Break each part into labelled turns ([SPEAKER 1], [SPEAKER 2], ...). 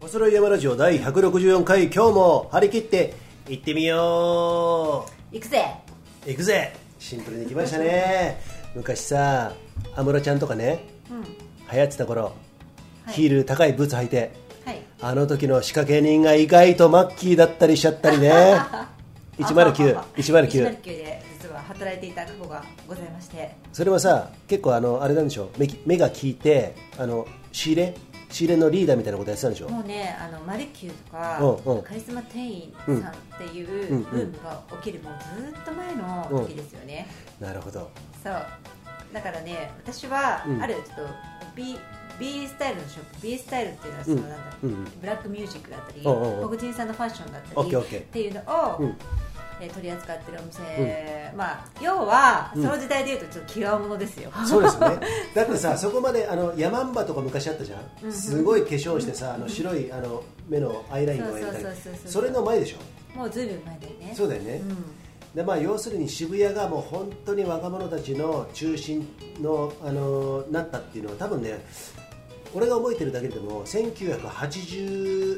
[SPEAKER 1] 細い山ラジオ第164回今日も張り切って行ってみよ
[SPEAKER 2] 行くぜ
[SPEAKER 1] う行くぜシンプルに来ましたね昔さ安室ちゃんとかね
[SPEAKER 2] うん
[SPEAKER 1] 流行ってた頃、
[SPEAKER 2] はい
[SPEAKER 1] ヒール高いブーツ履いて
[SPEAKER 2] はい
[SPEAKER 1] あの時の仕掛け人が意外とマッキーだったりしちゃったり ね
[SPEAKER 2] ああああ
[SPEAKER 1] 109109
[SPEAKER 2] 109で実は働いていた過去がございまして
[SPEAKER 1] それはさ結構あのあれなんでしょう目き目が利いてあの仕入れ仕入れのリーダーみたいなことやってたんでしょ
[SPEAKER 2] もうねあのマリキューとか、
[SPEAKER 1] うんうん
[SPEAKER 2] カリスマ店員さんっていう
[SPEAKER 1] うん
[SPEAKER 2] ブームが起きるもうずっと前の時ですよね、
[SPEAKER 1] なるほど
[SPEAKER 2] そうだからね私は
[SPEAKER 1] うん
[SPEAKER 2] あるちょっと B, B スタイルのショップ B スタイルっていうのはその
[SPEAKER 1] うん
[SPEAKER 2] なんだろ
[SPEAKER 1] う
[SPEAKER 2] うん
[SPEAKER 1] うん
[SPEAKER 2] ブラックミュージックだったり
[SPEAKER 1] おうおうおう
[SPEAKER 2] 黒人さんのファッションだった
[SPEAKER 1] オッ
[SPEAKER 2] り
[SPEAKER 1] ケーオッケー
[SPEAKER 2] っていうのを、
[SPEAKER 1] うん
[SPEAKER 2] えー取り扱ってるお店、まあ要はその時代でいうとちょっと違うものですよ、
[SPEAKER 1] そうですよね だってさそこまであのヤマンバとか昔あったじゃ
[SPEAKER 2] うんう
[SPEAKER 1] ん
[SPEAKER 2] ん
[SPEAKER 1] すごい化粧してさあの白いあの目のアイラインとかやったり
[SPEAKER 2] そうそうそうそうそう
[SPEAKER 1] それの前でしょ
[SPEAKER 2] もうずいぶん前だよね
[SPEAKER 1] そうだよね
[SPEAKER 2] うん
[SPEAKER 1] でまあ要するに渋谷がもう本当に若者たちの中心のあのなったっていうのは多分ね俺が覚えてるだけでも1987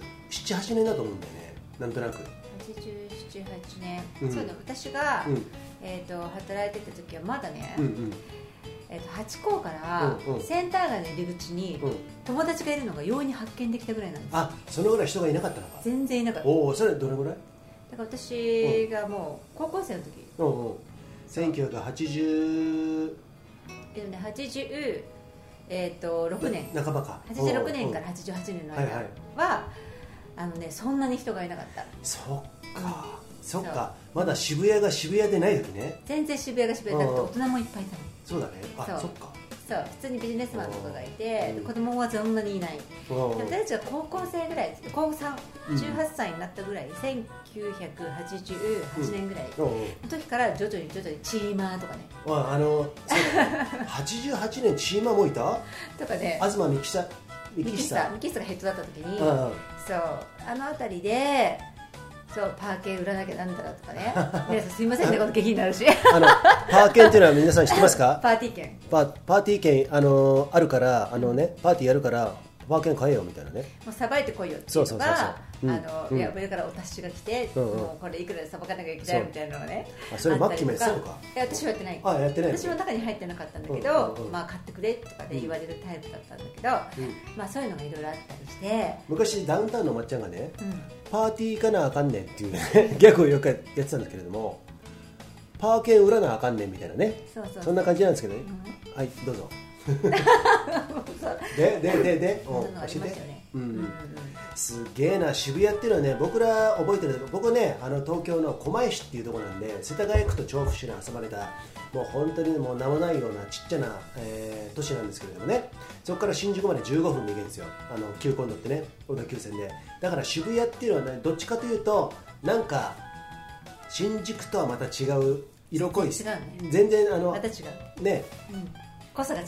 [SPEAKER 1] 8年だと思うんだよねなんとなく
[SPEAKER 2] 878年、
[SPEAKER 1] うん
[SPEAKER 2] そうだ私が、
[SPEAKER 1] うん
[SPEAKER 2] えー、と働いてた時はまだね、
[SPEAKER 1] うんうん
[SPEAKER 2] えー、と八甲から
[SPEAKER 1] うんうん
[SPEAKER 2] センター街の入り口に
[SPEAKER 1] うん
[SPEAKER 2] 友達がいるのが容易に発見できたぐらいなんですよ
[SPEAKER 1] あそのぐらい人がいなかったのか
[SPEAKER 2] 全然いなかっただか
[SPEAKER 1] おおそれどれぐらい
[SPEAKER 2] ら私がもう高校生の時
[SPEAKER 1] うんうん1980
[SPEAKER 2] でもね86、えー、と6年
[SPEAKER 1] 半ばか
[SPEAKER 2] 86年から88年の間は、
[SPEAKER 1] はいはい
[SPEAKER 2] あのね、そんなに人がいなかった
[SPEAKER 1] そっかそっ
[SPEAKER 2] そ
[SPEAKER 1] かまだ渋谷が渋谷でない時ね
[SPEAKER 2] 全然渋谷が渋谷だって
[SPEAKER 1] うん
[SPEAKER 2] 大人もいっぱいいたの
[SPEAKER 1] そうだねあ
[SPEAKER 2] そう
[SPEAKER 1] そっか
[SPEAKER 2] そう普通にビジネスマンとかがいて
[SPEAKER 1] うん
[SPEAKER 2] 子供はそんなにいない
[SPEAKER 1] うんうん
[SPEAKER 2] で私たちは高校生ぐらい高3
[SPEAKER 1] うん
[SPEAKER 2] 18歳になったぐらい、1988年ぐらい
[SPEAKER 1] うんうん
[SPEAKER 2] の時から徐々に徐々にチーマーとかね
[SPEAKER 1] ああのそう だね88年チーマもいた
[SPEAKER 2] とかね
[SPEAKER 1] 東幹久幹
[SPEAKER 2] ミキ
[SPEAKER 1] 久
[SPEAKER 2] サミキサがヘッドだった時に、
[SPEAKER 1] うんうん
[SPEAKER 2] そうあの辺りでそうパーケ売らなきゃなんだろうとか ね皆さんすいませんねこの下品になるし
[SPEAKER 1] あのパー券っていうのは皆さん知ってますか
[SPEAKER 2] パーティー券
[SPEAKER 1] パパーティー券あのあるからあのねパーティーやるからパー券買えよみたいなね
[SPEAKER 2] もうさばいてこいよってい
[SPEAKER 1] そう
[SPEAKER 2] う
[SPEAKER 1] そ
[SPEAKER 2] の
[SPEAKER 1] うそうそう
[SPEAKER 2] が
[SPEAKER 1] うん
[SPEAKER 2] あのいや上からお達しが来て、
[SPEAKER 1] うんうん
[SPEAKER 2] もうこれいくらでさばかなきゃいけないみたいなのがね
[SPEAKER 1] あそれマッキーもやってたのか
[SPEAKER 2] いや私はやってない
[SPEAKER 1] あやってないの
[SPEAKER 2] 私も中に入ってなかったんだけ
[SPEAKER 1] うん
[SPEAKER 2] ど、
[SPEAKER 1] うんうん
[SPEAKER 2] まあ、買ってくれとかで言われるタイプだったんだけど、
[SPEAKER 1] うん
[SPEAKER 2] まあ、そういうのがいろいろあったりして、
[SPEAKER 1] 昔ダウンタウンのまっちゃんがね
[SPEAKER 2] うん、
[SPEAKER 1] パーティー行かなあかんねんっていうね ギャグをよくやってたんですけれどもパー券売らなあかんねんみたいなね
[SPEAKER 2] そうそう
[SPEAKER 1] そんな感じなんですけどね
[SPEAKER 2] う
[SPEAKER 1] はいどう ぞ
[SPEAKER 2] んそう
[SPEAKER 1] でででで
[SPEAKER 2] そん
[SPEAKER 1] お
[SPEAKER 2] なのあり
[SPEAKER 1] 教
[SPEAKER 2] ま
[SPEAKER 1] え
[SPEAKER 2] す
[SPEAKER 1] て
[SPEAKER 2] よね、
[SPEAKER 1] うん
[SPEAKER 2] うんうんうん
[SPEAKER 1] すげえな渋谷っていうのはね僕ら覚えてるけど僕ねあの東京の狛江市っていうところなんで世田谷区と調布市に挟まれたもう本当にもう名もないようなちっちゃな、えー都市なんですけれどもねそこから新宿まで15分で行けるんですよあの急行に乗ってね小田急線でだから渋谷っていうのはねどっちかというとなんか新宿とはまた違う色濃い
[SPEAKER 2] 全然違うね
[SPEAKER 1] 全然あの
[SPEAKER 2] また違う、
[SPEAKER 1] ね
[SPEAKER 2] うん、濃さが違う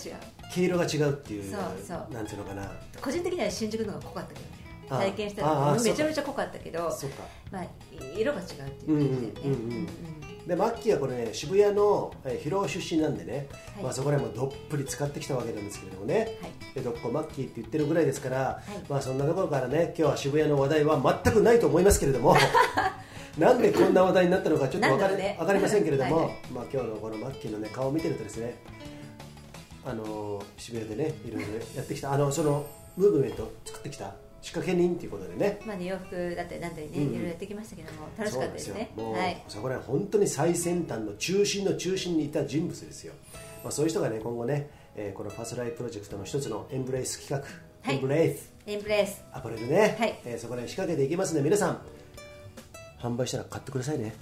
[SPEAKER 1] 毛色が違うっていう
[SPEAKER 2] そうそう
[SPEAKER 1] なんていうのかな
[SPEAKER 2] 個人的には新宿の方が濃かったけどね
[SPEAKER 1] ああ
[SPEAKER 2] 体験した
[SPEAKER 1] ああ
[SPEAKER 2] の
[SPEAKER 1] そうか
[SPEAKER 2] めちゃめちゃ濃かったけど
[SPEAKER 1] そっか
[SPEAKER 2] まあ、色が違うっていう感じだよね、
[SPEAKER 1] うんうんうんうんでマッキーはこれね渋谷のえー広尾出身なんでね、
[SPEAKER 2] はい
[SPEAKER 1] まあ、そこら辺もどっぷり使ってきたわけなんですけれどもね、
[SPEAKER 2] はい
[SPEAKER 1] でどっこマッキーって言ってるぐらいですから、
[SPEAKER 2] い
[SPEAKER 1] まあそんなところからね今日は渋谷の話題は全くないと思いますけれど もなんでこんな話題になったのかちょっとわか,、
[SPEAKER 2] なんだろうね
[SPEAKER 1] わかりませんけれども
[SPEAKER 2] はいはい
[SPEAKER 1] まあ、今日のこのマッキーの、ね、顔を見てるとですねあのー渋谷でねいろいろやってきたあのそのムーブメントを作ってきた仕掛け人ということでね
[SPEAKER 2] まあね、洋服だったりなんだりね、
[SPEAKER 1] うん
[SPEAKER 2] いろいろやってきましたけども楽しかったですね
[SPEAKER 1] そうなん
[SPEAKER 2] は
[SPEAKER 1] ですよ
[SPEAKER 2] い
[SPEAKER 1] もう、そこら辺本当に最先端の中心の中心にいた人物ですよ、まあ、そういう人がね今後ね、えーこのファーストライフプロジェクトの一つのエンブレイス企画、
[SPEAKER 2] はい
[SPEAKER 1] エンブレイス
[SPEAKER 2] エンプレス
[SPEAKER 1] アパレルね、
[SPEAKER 2] はい
[SPEAKER 1] えーそこら辺仕掛けていきますので皆さん販売したら買ってくださいね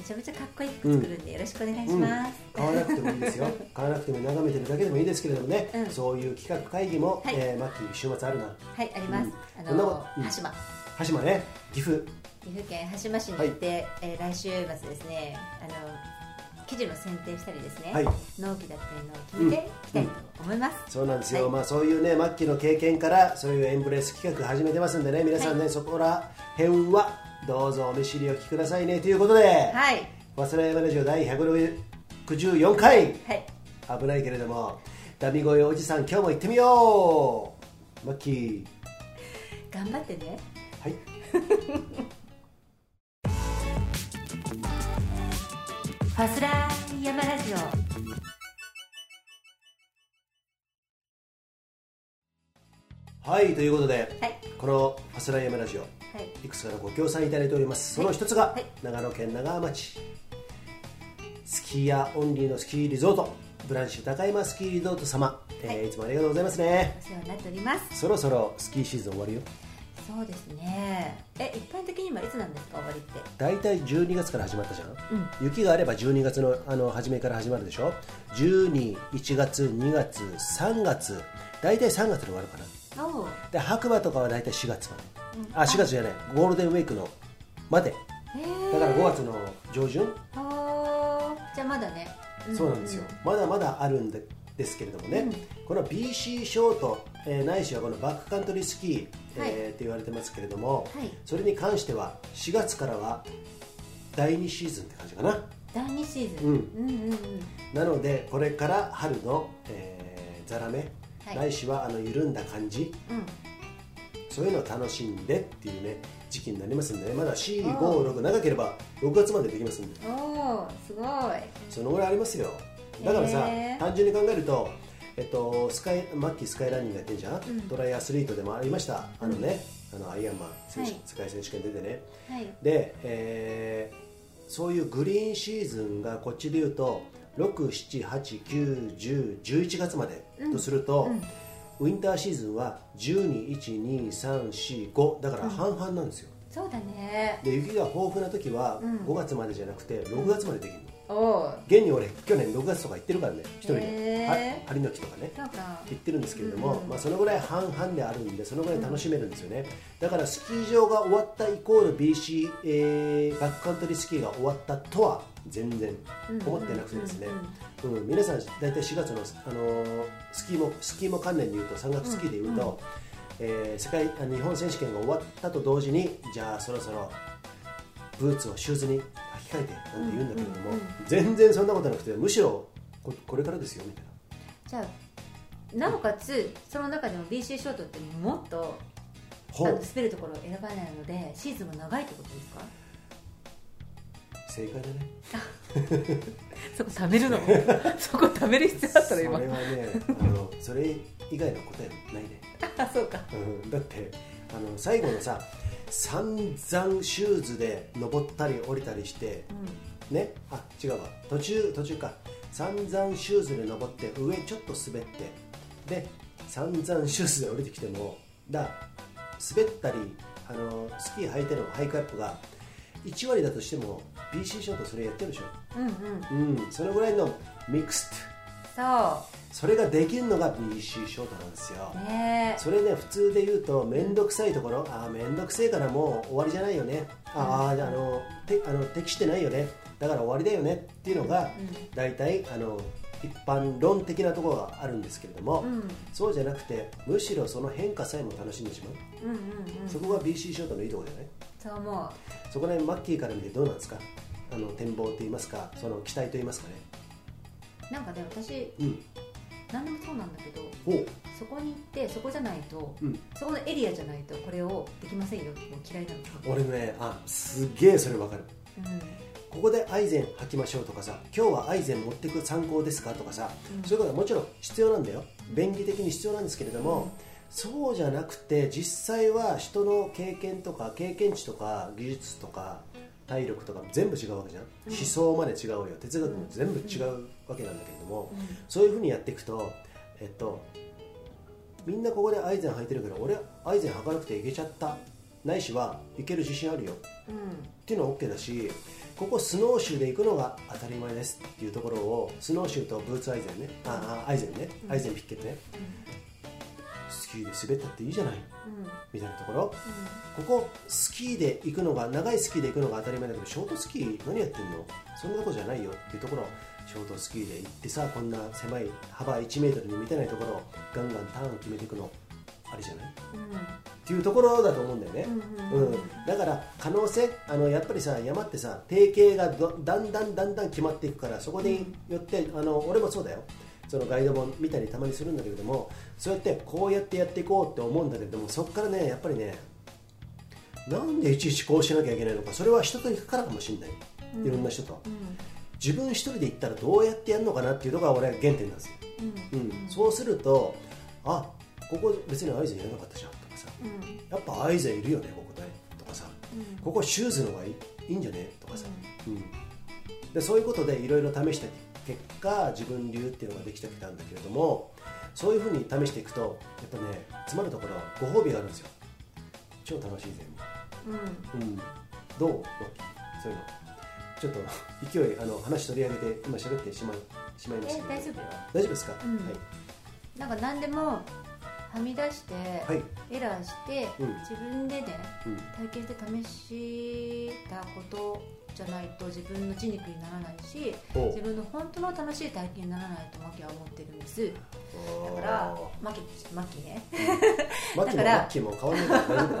[SPEAKER 2] めちゃめちゃかっこいい服作るんで、よろしくお願いします、
[SPEAKER 1] 買わなくてもいい ですよ買わなくても眺めてるだけでもいいですけれどもね、
[SPEAKER 2] うん
[SPEAKER 1] そういう企画会議も、
[SPEAKER 2] はい
[SPEAKER 1] えーマッキー週末あるな
[SPEAKER 2] はいありま
[SPEAKER 1] う
[SPEAKER 2] す、
[SPEAKER 1] ん
[SPEAKER 2] あ
[SPEAKER 1] そんな
[SPEAKER 2] の
[SPEAKER 1] ことうん
[SPEAKER 2] 羽島
[SPEAKER 1] 羽島ね岐阜
[SPEAKER 2] 岐阜県羽島市に行って、えー来週末ですねあの生地の選定したりですね、
[SPEAKER 1] はい
[SPEAKER 2] 納期だったりのを決めていきたいと思います、
[SPEAKER 1] そうなんですよ、
[SPEAKER 2] はい
[SPEAKER 1] まあ、そういうね末期の経験からそういうエンブレス企画始めてますんでね皆さんね、
[SPEAKER 2] は
[SPEAKER 1] そこら辺はどうぞお見知りおきくださいねということで
[SPEAKER 2] はい
[SPEAKER 1] 「忘れ山ラジオ」第164回
[SPEAKER 2] はい
[SPEAKER 1] 危ないけれどもダミ声おじさん今日も行ってみようマッキー
[SPEAKER 2] 頑張ってね
[SPEAKER 1] はい
[SPEAKER 2] ファスラー山ラジオ
[SPEAKER 1] はいということで
[SPEAKER 2] はい
[SPEAKER 1] この「ファスライヤマラジオ」
[SPEAKER 2] はい
[SPEAKER 1] いくつかのご協賛いただいておりますその一つが、
[SPEAKER 2] はい
[SPEAKER 1] 長野県長浜町スキーヤーオンリーのスキーリゾートブランシュ高山スキーリゾート様、えー
[SPEAKER 2] はい
[SPEAKER 1] い、つもありがとうございますね
[SPEAKER 2] お世話になっております
[SPEAKER 1] そろそろスキーシーズン終わるよ
[SPEAKER 2] そうですねえ一般的にはいつなんですか終わりって
[SPEAKER 1] 大体12月から始まったじゃん
[SPEAKER 2] うん
[SPEAKER 1] 雪があれば12月のあの初めから始まるでしょ121月2月3月大体3月で終わるかな
[SPEAKER 2] おう
[SPEAKER 1] で白馬とかは大体4月まで、
[SPEAKER 2] うん
[SPEAKER 1] あ4月じゃないゴールデンウィークのまで
[SPEAKER 2] へ
[SPEAKER 1] だ
[SPEAKER 2] え
[SPEAKER 1] から5月の上旬、
[SPEAKER 2] あーじゃあまだね、
[SPEAKER 1] そうなんですよ、まだまだあるんでですけれどもね、
[SPEAKER 2] うん
[SPEAKER 1] この BC ショート、えーないしはこのバックカントリースキー、えー
[SPEAKER 2] はい
[SPEAKER 1] って言われてますけれども、
[SPEAKER 2] はい
[SPEAKER 1] それに関しては4月からは第2シーズンって感じかな
[SPEAKER 2] 第2シーズン、
[SPEAKER 1] うん
[SPEAKER 2] うんうんうん
[SPEAKER 1] なのでこれから春の、えーザラメ、
[SPEAKER 2] はい
[SPEAKER 1] ないしはあの緩んだ感じ
[SPEAKER 2] うん
[SPEAKER 1] そういうのを楽しんでっていうね時期になりますんでねまだ
[SPEAKER 2] あー
[SPEAKER 1] 456長ければ6月までできますんで
[SPEAKER 2] おーすごい
[SPEAKER 1] そのぐらいありますよだからさ、
[SPEAKER 2] へー
[SPEAKER 1] 単純に考えると、えっと、スカイマッキースカイランニングやってんじゃん、
[SPEAKER 2] うん
[SPEAKER 1] トライアスリートでもありましたあのね、あのアイアンマン選手、
[SPEAKER 2] はい
[SPEAKER 1] 世界選手権出てね
[SPEAKER 2] はい
[SPEAKER 1] で、えーそういうグリーンシーズンがこっちで言うと678910111月まで
[SPEAKER 2] うん
[SPEAKER 1] とすると、
[SPEAKER 2] うん
[SPEAKER 1] ウィンターシーズンは121234だから半々なんですよ、
[SPEAKER 2] そうだね
[SPEAKER 1] で雪が豊富な時は
[SPEAKER 2] うん
[SPEAKER 1] 5月までじゃなくて6月までできるの、
[SPEAKER 2] おおー
[SPEAKER 1] 現に俺去年6月とか行ってるからね一人で
[SPEAKER 2] へー
[SPEAKER 1] は針の木とかね
[SPEAKER 2] そうか
[SPEAKER 1] 行ってるんですけれども、
[SPEAKER 2] うん
[SPEAKER 1] まあ、そのぐらい半々であるんでそのぐらい楽しめるんですよね、だからスキー場が終わったイコール BC、えーバックカントリースキーが終わったとは全然思ってなくてですね、うん皆さん大体4月の、あのースキーもスキーも関連で言うと山岳スキーで言うと、えー世界あ日本選手権が終わったと同時にじゃあそろそろブーツをシューズに履き替えてなんて言うんだけれども、
[SPEAKER 2] うんうん
[SPEAKER 1] 全然そんなことなくてむしろここれからですよみたいな
[SPEAKER 2] じゃあなおかつその中でも BC ショートってもっとあ
[SPEAKER 1] ほ
[SPEAKER 2] の
[SPEAKER 1] う
[SPEAKER 2] 滑るところを選ばないのでシーズンも長いってことですか
[SPEAKER 1] 正解だね
[SPEAKER 2] そこ貯めるの そこ貯める必要だった
[SPEAKER 1] そ
[SPEAKER 2] の
[SPEAKER 1] れは
[SPEAKER 2] 今
[SPEAKER 1] ねあのそれ以外の答えないね、
[SPEAKER 2] あそうか
[SPEAKER 1] うん、だってあの最後のさ散々シューズで登ったり降りたりしてねあ違うわ途中途中か散々シューズで登って上ちょっと滑ってで散々シューズで降りてきてもだ滑ったりあのスキー履いてるのハイクアップが1割だとしても BC ショートそれやってるでしょ
[SPEAKER 2] うんうんうん
[SPEAKER 1] うんそのぐらいのミックス
[SPEAKER 2] そ
[SPEAKER 1] それができるのが BC ショートなんですよ
[SPEAKER 2] うね
[SPEAKER 1] それね普通で言うと面倒くさいところああ面倒くせえからもう終わりじゃないよねあーあのてあの適してないよねだから終わりだよねっていうのが
[SPEAKER 2] うん
[SPEAKER 1] 大体あの一般論的なところがあるんですけれども、
[SPEAKER 2] うん
[SPEAKER 1] そうじゃなくてむしろその変化さえも楽しんでしまう、
[SPEAKER 2] うんうんうん
[SPEAKER 1] そ
[SPEAKER 2] そ
[SPEAKER 1] こが BC ショートのいいところじゃないう
[SPEAKER 2] 思う
[SPEAKER 1] そこら辺マッキーから見てどうなんですかあの展望といいますかその期待といいますかね
[SPEAKER 2] なんかね私
[SPEAKER 1] うん
[SPEAKER 2] 何でもそうなんだけど
[SPEAKER 1] おう
[SPEAKER 2] そこに行ってそこじゃないと
[SPEAKER 1] うん
[SPEAKER 2] そこのエリアじゃないとこれをできませんよもう嫌いなの、
[SPEAKER 1] 俺ねあすげえそれわかる
[SPEAKER 2] うん
[SPEAKER 1] ここでアイゼン履きましょうとかさ今日はアイゼン持ってく参考ですかとかさ、
[SPEAKER 2] うん
[SPEAKER 1] そういうことはもちろん必要なんだよ便利的に必要なんですけれども、
[SPEAKER 2] うん
[SPEAKER 1] そうじゃなくて実際は人の経験とか経験値とか技術とか体力とか全部違うわけじゃん、
[SPEAKER 2] うん
[SPEAKER 1] 思想まで違うよ哲学も全部違うわけなんだけれども、
[SPEAKER 2] うん
[SPEAKER 1] そういうふうにやっていくとえっとみんなここでアイゼン履いてるけど俺アイゼン履かなくていけちゃったないしはいける自信あるよ
[SPEAKER 2] うん
[SPEAKER 1] っていうのは OK だしここスノーシューで行くのが当たり前ですっていうところをスノーシューとブーツアイゼンねああアイゼンね
[SPEAKER 2] うん
[SPEAKER 1] アイゼンピッケットねスキーで滑ったっていいじゃない
[SPEAKER 2] うんうん
[SPEAKER 1] みたいなところここスキーで行くのが長いスキーで行くのが当たり前だけどショートスキー何やってんのそんなとこじゃないよっていうところショートスキーで行ってさこんな狭い幅1メートルに満たないところをガンガンターン決めていくのあれじゃないっていうところだと思うんだよね、
[SPEAKER 2] うんうんうん
[SPEAKER 1] うんだから可能性あのやっぱりさ山ってさ定型がどだんだんだんだん決まっていくからそこによって、あの俺もそうだよそのガイド本見たりたまにするんだけれどもそうやってこうやってやっていこうって思うんだけれどもそこからねやっぱりねなんでいちいちこうしなきゃいけないのかそれは人と行くからかもしれないいろんな人と、自分一人で行ったらどうやってやるのかなっていうのが俺は原点なんですよ、
[SPEAKER 2] うん
[SPEAKER 1] う
[SPEAKER 2] うん
[SPEAKER 1] ん、そうするとあここ別にアイゼンやらなかったじゃんとかさ
[SPEAKER 2] うん
[SPEAKER 1] やっぱアイゼンいるよねここねとかさ
[SPEAKER 2] うん
[SPEAKER 1] ここシューズの方がいいいいんじゃねとかさ、うん、でそういうことでいろいろ試した結果自分流っていうのができてきたんだけれどもそういうふうに試していくとやっぱね詰まるところご褒美があるんですよ超楽しいぜ
[SPEAKER 2] うん
[SPEAKER 1] うん、どうそういうのちょっと勢いあの話取り上げて今喋ってしまいしまいまし
[SPEAKER 2] え
[SPEAKER 1] た
[SPEAKER 2] 大丈
[SPEAKER 1] 夫
[SPEAKER 2] 夫よ
[SPEAKER 1] 大丈夫ですか、
[SPEAKER 2] うんなんか何でもはみ出して、
[SPEAKER 1] はいはい
[SPEAKER 2] エラーして、
[SPEAKER 1] うん
[SPEAKER 2] 自分でね
[SPEAKER 1] うん
[SPEAKER 2] 体験して試したことじゃないと自分の血肉にならないし
[SPEAKER 1] お
[SPEAKER 2] 自分の本当の楽しい体験にならないとマキは思ってるんですだからマキマキね
[SPEAKER 1] マッキーもマ
[SPEAKER 2] だから
[SPEAKER 1] ッキーも変わんないから大丈夫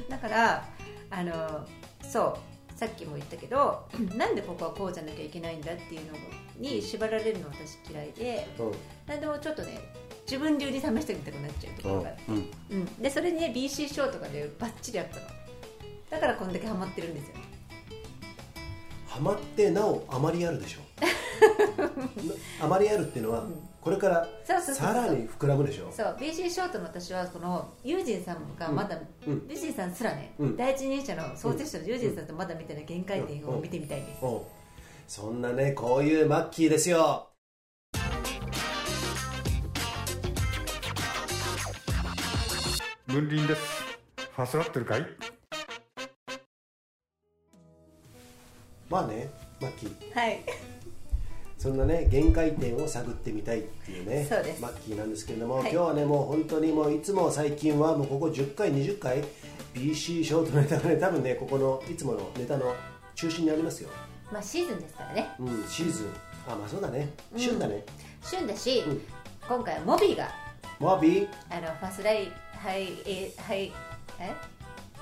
[SPEAKER 2] だからあのそうさっきも言ったけど なんでここはこうじゃなきゃいけないんだっていうのに縛られるの私嫌いで
[SPEAKER 1] うん
[SPEAKER 2] なんでもちょっとね自分流に試してみたくなっちゃうところがある
[SPEAKER 1] うん
[SPEAKER 2] うん、でそれにね BC ショーとかでバッチリあったのだからこんだけハマってるんですよ
[SPEAKER 1] ハマってなおあまりあるで しょあまりあるっていうのは
[SPEAKER 2] うん
[SPEAKER 1] これから
[SPEAKER 2] そうそうそうそう
[SPEAKER 1] さらに膨らむでしょ
[SPEAKER 2] そう BC ショートの私はこのユージンさんがまだ、
[SPEAKER 1] うんうん
[SPEAKER 2] ユージンさんすらね、
[SPEAKER 1] うん
[SPEAKER 2] 第一人者の創設者のユージンさんとまだ見てない限界点を見てみたいです、
[SPEAKER 1] おうそんなねこういうマッキーですよ
[SPEAKER 3] 文林ですファスラってるかい
[SPEAKER 1] まあねマッキー
[SPEAKER 2] はい
[SPEAKER 1] そんなね限界点を探ってみたいっていうね
[SPEAKER 2] そうです
[SPEAKER 1] マッキーなんですけれども、
[SPEAKER 2] は
[SPEAKER 1] 今
[SPEAKER 2] い
[SPEAKER 1] 日はねもう本当にもういつも最近はもうここ10回20回 BC ショートネタがね多分ねここのいつものネタの中心にありますよ、
[SPEAKER 2] まあシーズンですからね
[SPEAKER 1] うん、シーズンあまあそうだね
[SPEAKER 2] うん
[SPEAKER 1] 旬だね、
[SPEAKER 2] 旬だし、
[SPEAKER 1] うん
[SPEAKER 2] 今回はモビーが
[SPEAKER 1] モビー
[SPEAKER 2] あのファスライハイえハイえ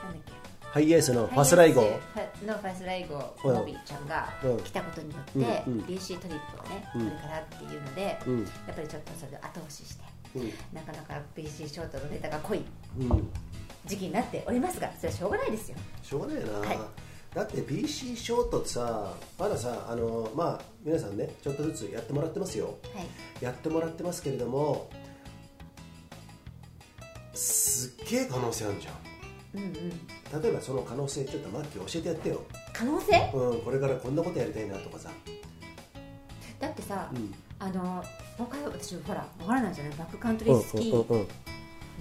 [SPEAKER 2] なんだっけ
[SPEAKER 1] ハイエースのファスライ
[SPEAKER 2] ハ
[SPEAKER 1] 号
[SPEAKER 2] エースのファスライ号
[SPEAKER 1] うん
[SPEAKER 2] モビーちゃんが
[SPEAKER 1] うん
[SPEAKER 2] 来たことによって、
[SPEAKER 1] うんうん
[SPEAKER 2] BC トリップをね、
[SPEAKER 1] うん
[SPEAKER 2] これからっていうので、
[SPEAKER 1] うん
[SPEAKER 2] やっぱりちょっとそれを後押しして
[SPEAKER 1] うん
[SPEAKER 2] なかなか BC ショートのネタが濃い
[SPEAKER 1] うん
[SPEAKER 2] 時期になっておりますがそれはしょうがないですよ
[SPEAKER 1] しょうがないよな、
[SPEAKER 2] はい
[SPEAKER 1] だって BC ショートってさまださあのまあ皆さんねちょっとずつやってもらってますよ
[SPEAKER 2] はい
[SPEAKER 1] やってもらってますけれどもすっげえ可能性あるじゃ
[SPEAKER 2] うんうん
[SPEAKER 1] ん例えばその可能性ちょっとマッキー教えてやってよ、
[SPEAKER 2] 可能性
[SPEAKER 1] うん、これからこんなことやりたいなとかさ、
[SPEAKER 2] だってさ、
[SPEAKER 1] うん、
[SPEAKER 2] あのもう一回私ほら分からないじゃないバックカントリースキー
[SPEAKER 1] うんうん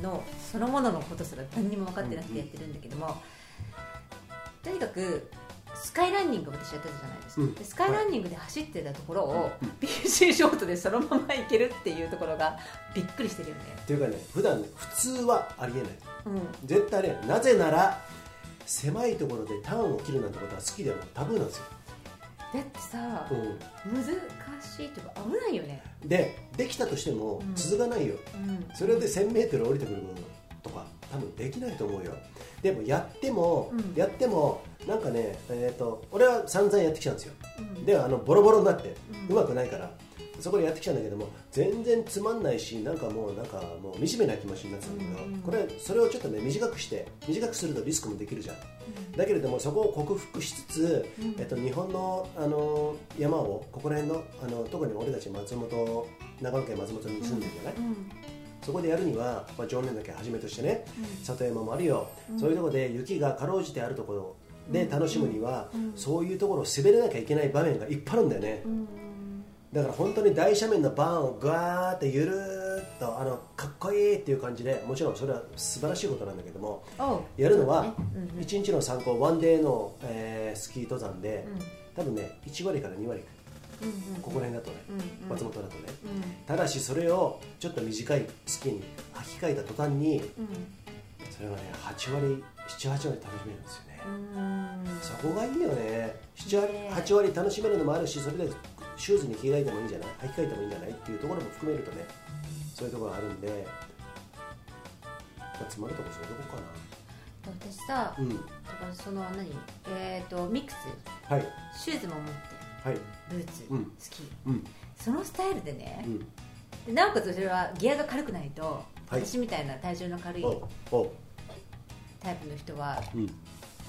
[SPEAKER 2] のそのもののことすら何にも分かってなくてやってるんだけども、とにかくスカイランニングを私やってたじゃないですか、
[SPEAKER 1] うん
[SPEAKER 2] でスカイランニングで走ってたところを BC ショートでそのまま行けるっていうところがびっくりしてるよね、
[SPEAKER 1] っていうかね普段ね普通はありえない
[SPEAKER 2] うん、
[SPEAKER 1] 絶対ねなぜなら狭いところでターンを切るなんてことは好きでもタブーなんですよ、
[SPEAKER 2] だってさ
[SPEAKER 1] う
[SPEAKER 2] 難しいというか危ないよね、
[SPEAKER 1] ん、でできたとしても
[SPEAKER 2] うん
[SPEAKER 1] 続かないよ、
[SPEAKER 2] うん、
[SPEAKER 1] それで 1000m 降りてくることとか多分できないと思うよでもやっても、
[SPEAKER 2] うん
[SPEAKER 1] やってもなんかね、えー、と俺は散々やってきたんですよ
[SPEAKER 2] うん
[SPEAKER 1] であのボロボロになって、う
[SPEAKER 2] うん
[SPEAKER 1] まくないからそこでやってきたんだけども全然つまんないしなんかもうなんかもう惨めな気持ちになってたんだけど、
[SPEAKER 2] うん
[SPEAKER 1] これそれをちょっとね短くして短くするとリスクもできるじゃんだけれどもそこを克服しつつ、
[SPEAKER 2] うん
[SPEAKER 1] えっと、日本のあの山をここら辺のあの特に俺たち松本長野県松本に住んでるじゃない、
[SPEAKER 2] うん
[SPEAKER 1] そこでやるには、まあ、常連岳はじめとしてね
[SPEAKER 2] う
[SPEAKER 1] 里山もあるよ、
[SPEAKER 2] うん
[SPEAKER 1] そういうところで雪がかろうじてあるところで楽しむには、
[SPEAKER 2] うんうん
[SPEAKER 1] そういうところを滑れなきゃいけない場面がいっぱいあるんだよね、
[SPEAKER 2] ん
[SPEAKER 1] だから本当に大斜面のバーンをガーってゆるーっとあのかっこいいっていう感じでもちろんそれは素晴らしいことなんだけども
[SPEAKER 2] おう
[SPEAKER 1] やるのは
[SPEAKER 2] そうだねうんうん
[SPEAKER 1] 1日の参考ワンデーの、えースキー登山で、
[SPEAKER 2] う
[SPEAKER 1] 多
[SPEAKER 2] ん
[SPEAKER 1] 分ね1割から2割
[SPEAKER 2] うんうん
[SPEAKER 1] ここら辺だとね、
[SPEAKER 2] うんうん
[SPEAKER 1] 松本だとね、
[SPEAKER 2] うん
[SPEAKER 1] ただしそれをちょっと短いスキーに履き替えた途端に
[SPEAKER 2] う
[SPEAKER 1] それがね8割78割楽しめるんですよね、
[SPEAKER 2] んうん
[SPEAKER 1] そこがいいよね7割
[SPEAKER 2] ね
[SPEAKER 1] 8割楽しめるのもあるしそれでシューズに着替えてもいいんじゃない履き替えてもいいんじゃないっていうところも含めるとねそういうところがあるんで、まあ、詰まるとこそういうとこか
[SPEAKER 2] 私さ、
[SPEAKER 1] なうん
[SPEAKER 2] だからその何えっ、とミックス
[SPEAKER 1] はい
[SPEAKER 2] シューズも持って
[SPEAKER 1] はい
[SPEAKER 2] ブーツ、
[SPEAKER 1] うん
[SPEAKER 2] スキー
[SPEAKER 1] うん
[SPEAKER 2] そのスタイルでね、
[SPEAKER 1] うん
[SPEAKER 2] でなおかつそれはギアが軽くないと、
[SPEAKER 1] はい
[SPEAKER 2] 私みたいな体重の軽い
[SPEAKER 1] おお
[SPEAKER 2] タイプの人は
[SPEAKER 1] うん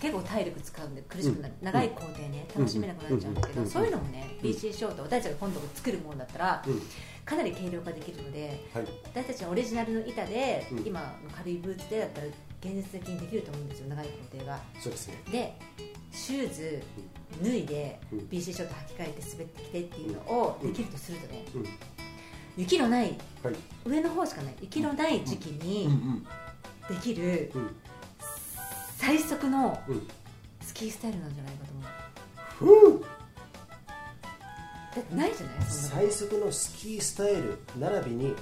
[SPEAKER 2] 結構体力使うんで苦しくなる、
[SPEAKER 1] うん
[SPEAKER 2] 長い工程ね楽しめなくなっちゃうんだけど、
[SPEAKER 1] うん
[SPEAKER 2] そういうのもね
[SPEAKER 1] うん
[SPEAKER 2] BC ショート私たちが今度作るものだったら
[SPEAKER 1] うん
[SPEAKER 2] かなり軽量化できるので
[SPEAKER 1] はい
[SPEAKER 2] 私たちのオリジナルの板で、
[SPEAKER 1] うん
[SPEAKER 2] 今の軽いブーツでだったら現実的にできると思うんですよ長い工程が
[SPEAKER 1] そうですね
[SPEAKER 2] でシューズ脱いで
[SPEAKER 1] うん
[SPEAKER 2] BC ショート履き替えて滑ってきてっていうのを
[SPEAKER 1] うん
[SPEAKER 2] できるとするとね
[SPEAKER 1] うん
[SPEAKER 2] 雪のない
[SPEAKER 1] はい
[SPEAKER 2] 上の方しかない雪のない時期
[SPEAKER 1] うん
[SPEAKER 2] にできる
[SPEAKER 1] うんうん
[SPEAKER 2] 最速の
[SPEAKER 1] うん
[SPEAKER 2] スキースタイルなんじゃないかと思う
[SPEAKER 1] ふう
[SPEAKER 2] だってないじゃないそんな
[SPEAKER 1] 最
[SPEAKER 2] の
[SPEAKER 1] 速のスキースタイル並びに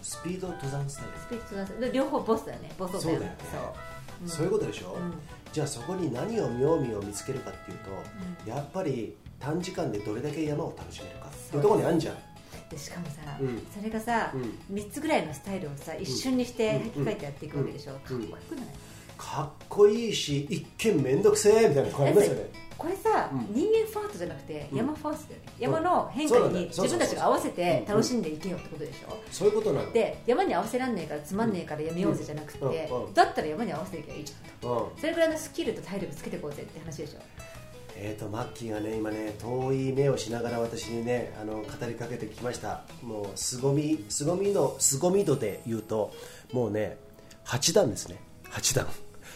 [SPEAKER 1] スピード登山スタイル
[SPEAKER 2] スピードダンスで両方ボスだよねボスだよ
[SPEAKER 1] そうだよね
[SPEAKER 2] そう,ん、
[SPEAKER 1] そういうことでしょ、
[SPEAKER 2] うん
[SPEAKER 1] じゃあそこに何を妙味を見つけるかっていうと、
[SPEAKER 2] う
[SPEAKER 1] やっぱり短時間でどれだけ山を楽しめるかって
[SPEAKER 2] そ
[SPEAKER 1] いううところにあるじゃん
[SPEAKER 2] でしかもさ、
[SPEAKER 1] うん
[SPEAKER 2] それがさ、
[SPEAKER 1] うん
[SPEAKER 2] 三3つぐらいのスタイルをさ一瞬にして
[SPEAKER 1] うん
[SPEAKER 2] 履き替えてやっていくわけでしょ、
[SPEAKER 1] うん
[SPEAKER 2] かっこよくない、
[SPEAKER 1] かっこいいし一見面倒くせえみたいなとこあります よね
[SPEAKER 2] これさ、
[SPEAKER 1] うん
[SPEAKER 2] 人間ファーストじゃなくて
[SPEAKER 1] うん
[SPEAKER 2] 山ファーストだよね、
[SPEAKER 1] ん
[SPEAKER 2] 山の変
[SPEAKER 1] そ
[SPEAKER 2] 化
[SPEAKER 1] うなんだ
[SPEAKER 2] に
[SPEAKER 1] よそ
[SPEAKER 2] 自
[SPEAKER 1] うそうそう
[SPEAKER 2] 分たちが合わせて
[SPEAKER 1] うん
[SPEAKER 2] 楽しんでいけよってことでしょ、
[SPEAKER 1] そういうことなの
[SPEAKER 2] で山に合わせらんないからつまんねえからやめようぜじゃなくて、
[SPEAKER 1] うんうん
[SPEAKER 2] だったら山に合わせていけばいいじゃんと
[SPEAKER 1] うん
[SPEAKER 2] それぐらいのスキルと体力つけていこうぜって話でしょ
[SPEAKER 1] えー、とマッキーがね今ね遠い目をしながら私にねあの語りかけてきましたもう凄み凄みの凄み度で言うともうね8段ですね8段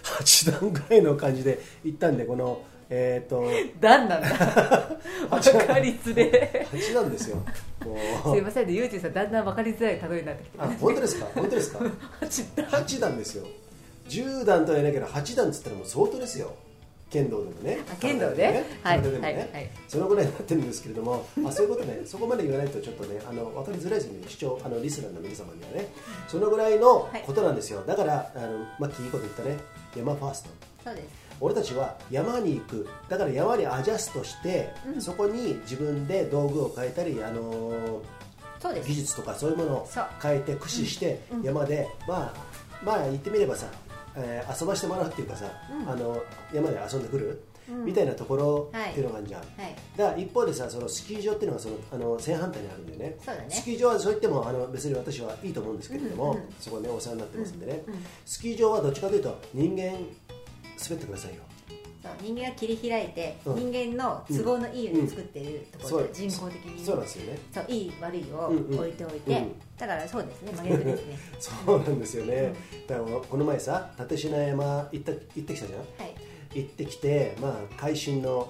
[SPEAKER 1] 8段ぐらいの感じでいったんでこのえっ、ー、と
[SPEAKER 2] 段なんだ わかりづれ
[SPEAKER 1] 8段ですよも
[SPEAKER 2] え すいうませんねゆうちんさんだんだんわかりづらい例えになってきて
[SPEAKER 1] あ本当ですか本当ですか
[SPEAKER 2] 8段
[SPEAKER 1] 8段ですよ10段とは言えないけど8段っつったらもう相当ですよ剣道でもね
[SPEAKER 2] あ剣道で
[SPEAKER 1] 体でもね体でもね、
[SPEAKER 2] はいはいはい
[SPEAKER 1] そのぐらいになってるんですけれども あそういうことねそこまで言わないとちょっとねあの分かりづらいですよね視聴あのリスナーの皆様にはねそのぐらいのことなんですよ、だからあのマッキーいいこと言ったね山ファースト
[SPEAKER 2] そうです
[SPEAKER 1] 俺たちは山に行くだから山にアジャストして、
[SPEAKER 2] うん
[SPEAKER 1] そこに自分で道具を変えたりあのー
[SPEAKER 2] そうです
[SPEAKER 1] 技術とかそういうものを
[SPEAKER 2] そう
[SPEAKER 1] 変えて駆使して
[SPEAKER 2] うん
[SPEAKER 1] 山で、まあまあ言ってみればさ、えー遊ばしてもらうっていうかさ、
[SPEAKER 2] うん
[SPEAKER 1] あの山で遊んでくる、
[SPEAKER 2] うん
[SPEAKER 1] みたいなところっていうのがあるじゃん、
[SPEAKER 2] はい
[SPEAKER 1] だから一方でさそのスキー場っていうのはそのあの正反対にあるんだよね
[SPEAKER 2] そうだね
[SPEAKER 1] スキー場はそう言ってもあの別に私はいいと思うんですけれども、
[SPEAKER 2] うんうん
[SPEAKER 1] そこねお世話になってますんでね、
[SPEAKER 2] うんうん
[SPEAKER 1] スキー場はどっちかというと人間滑ってくださいよ
[SPEAKER 2] そう人間が切り開いて、
[SPEAKER 1] うん
[SPEAKER 2] 人間の都合のいいように作っているところで、
[SPEAKER 1] そう
[SPEAKER 2] 人工的にね
[SPEAKER 1] そうなんですよね
[SPEAKER 2] そういい悪いを
[SPEAKER 1] うんうん
[SPEAKER 2] 置いておいて、
[SPEAKER 1] うん
[SPEAKER 2] だからそうですね真逆ですね
[SPEAKER 1] そうなんですよね、だからこの前さ立科山行った行ってきたじゃん
[SPEAKER 2] はい
[SPEAKER 1] 行ってきて、まあ、会心の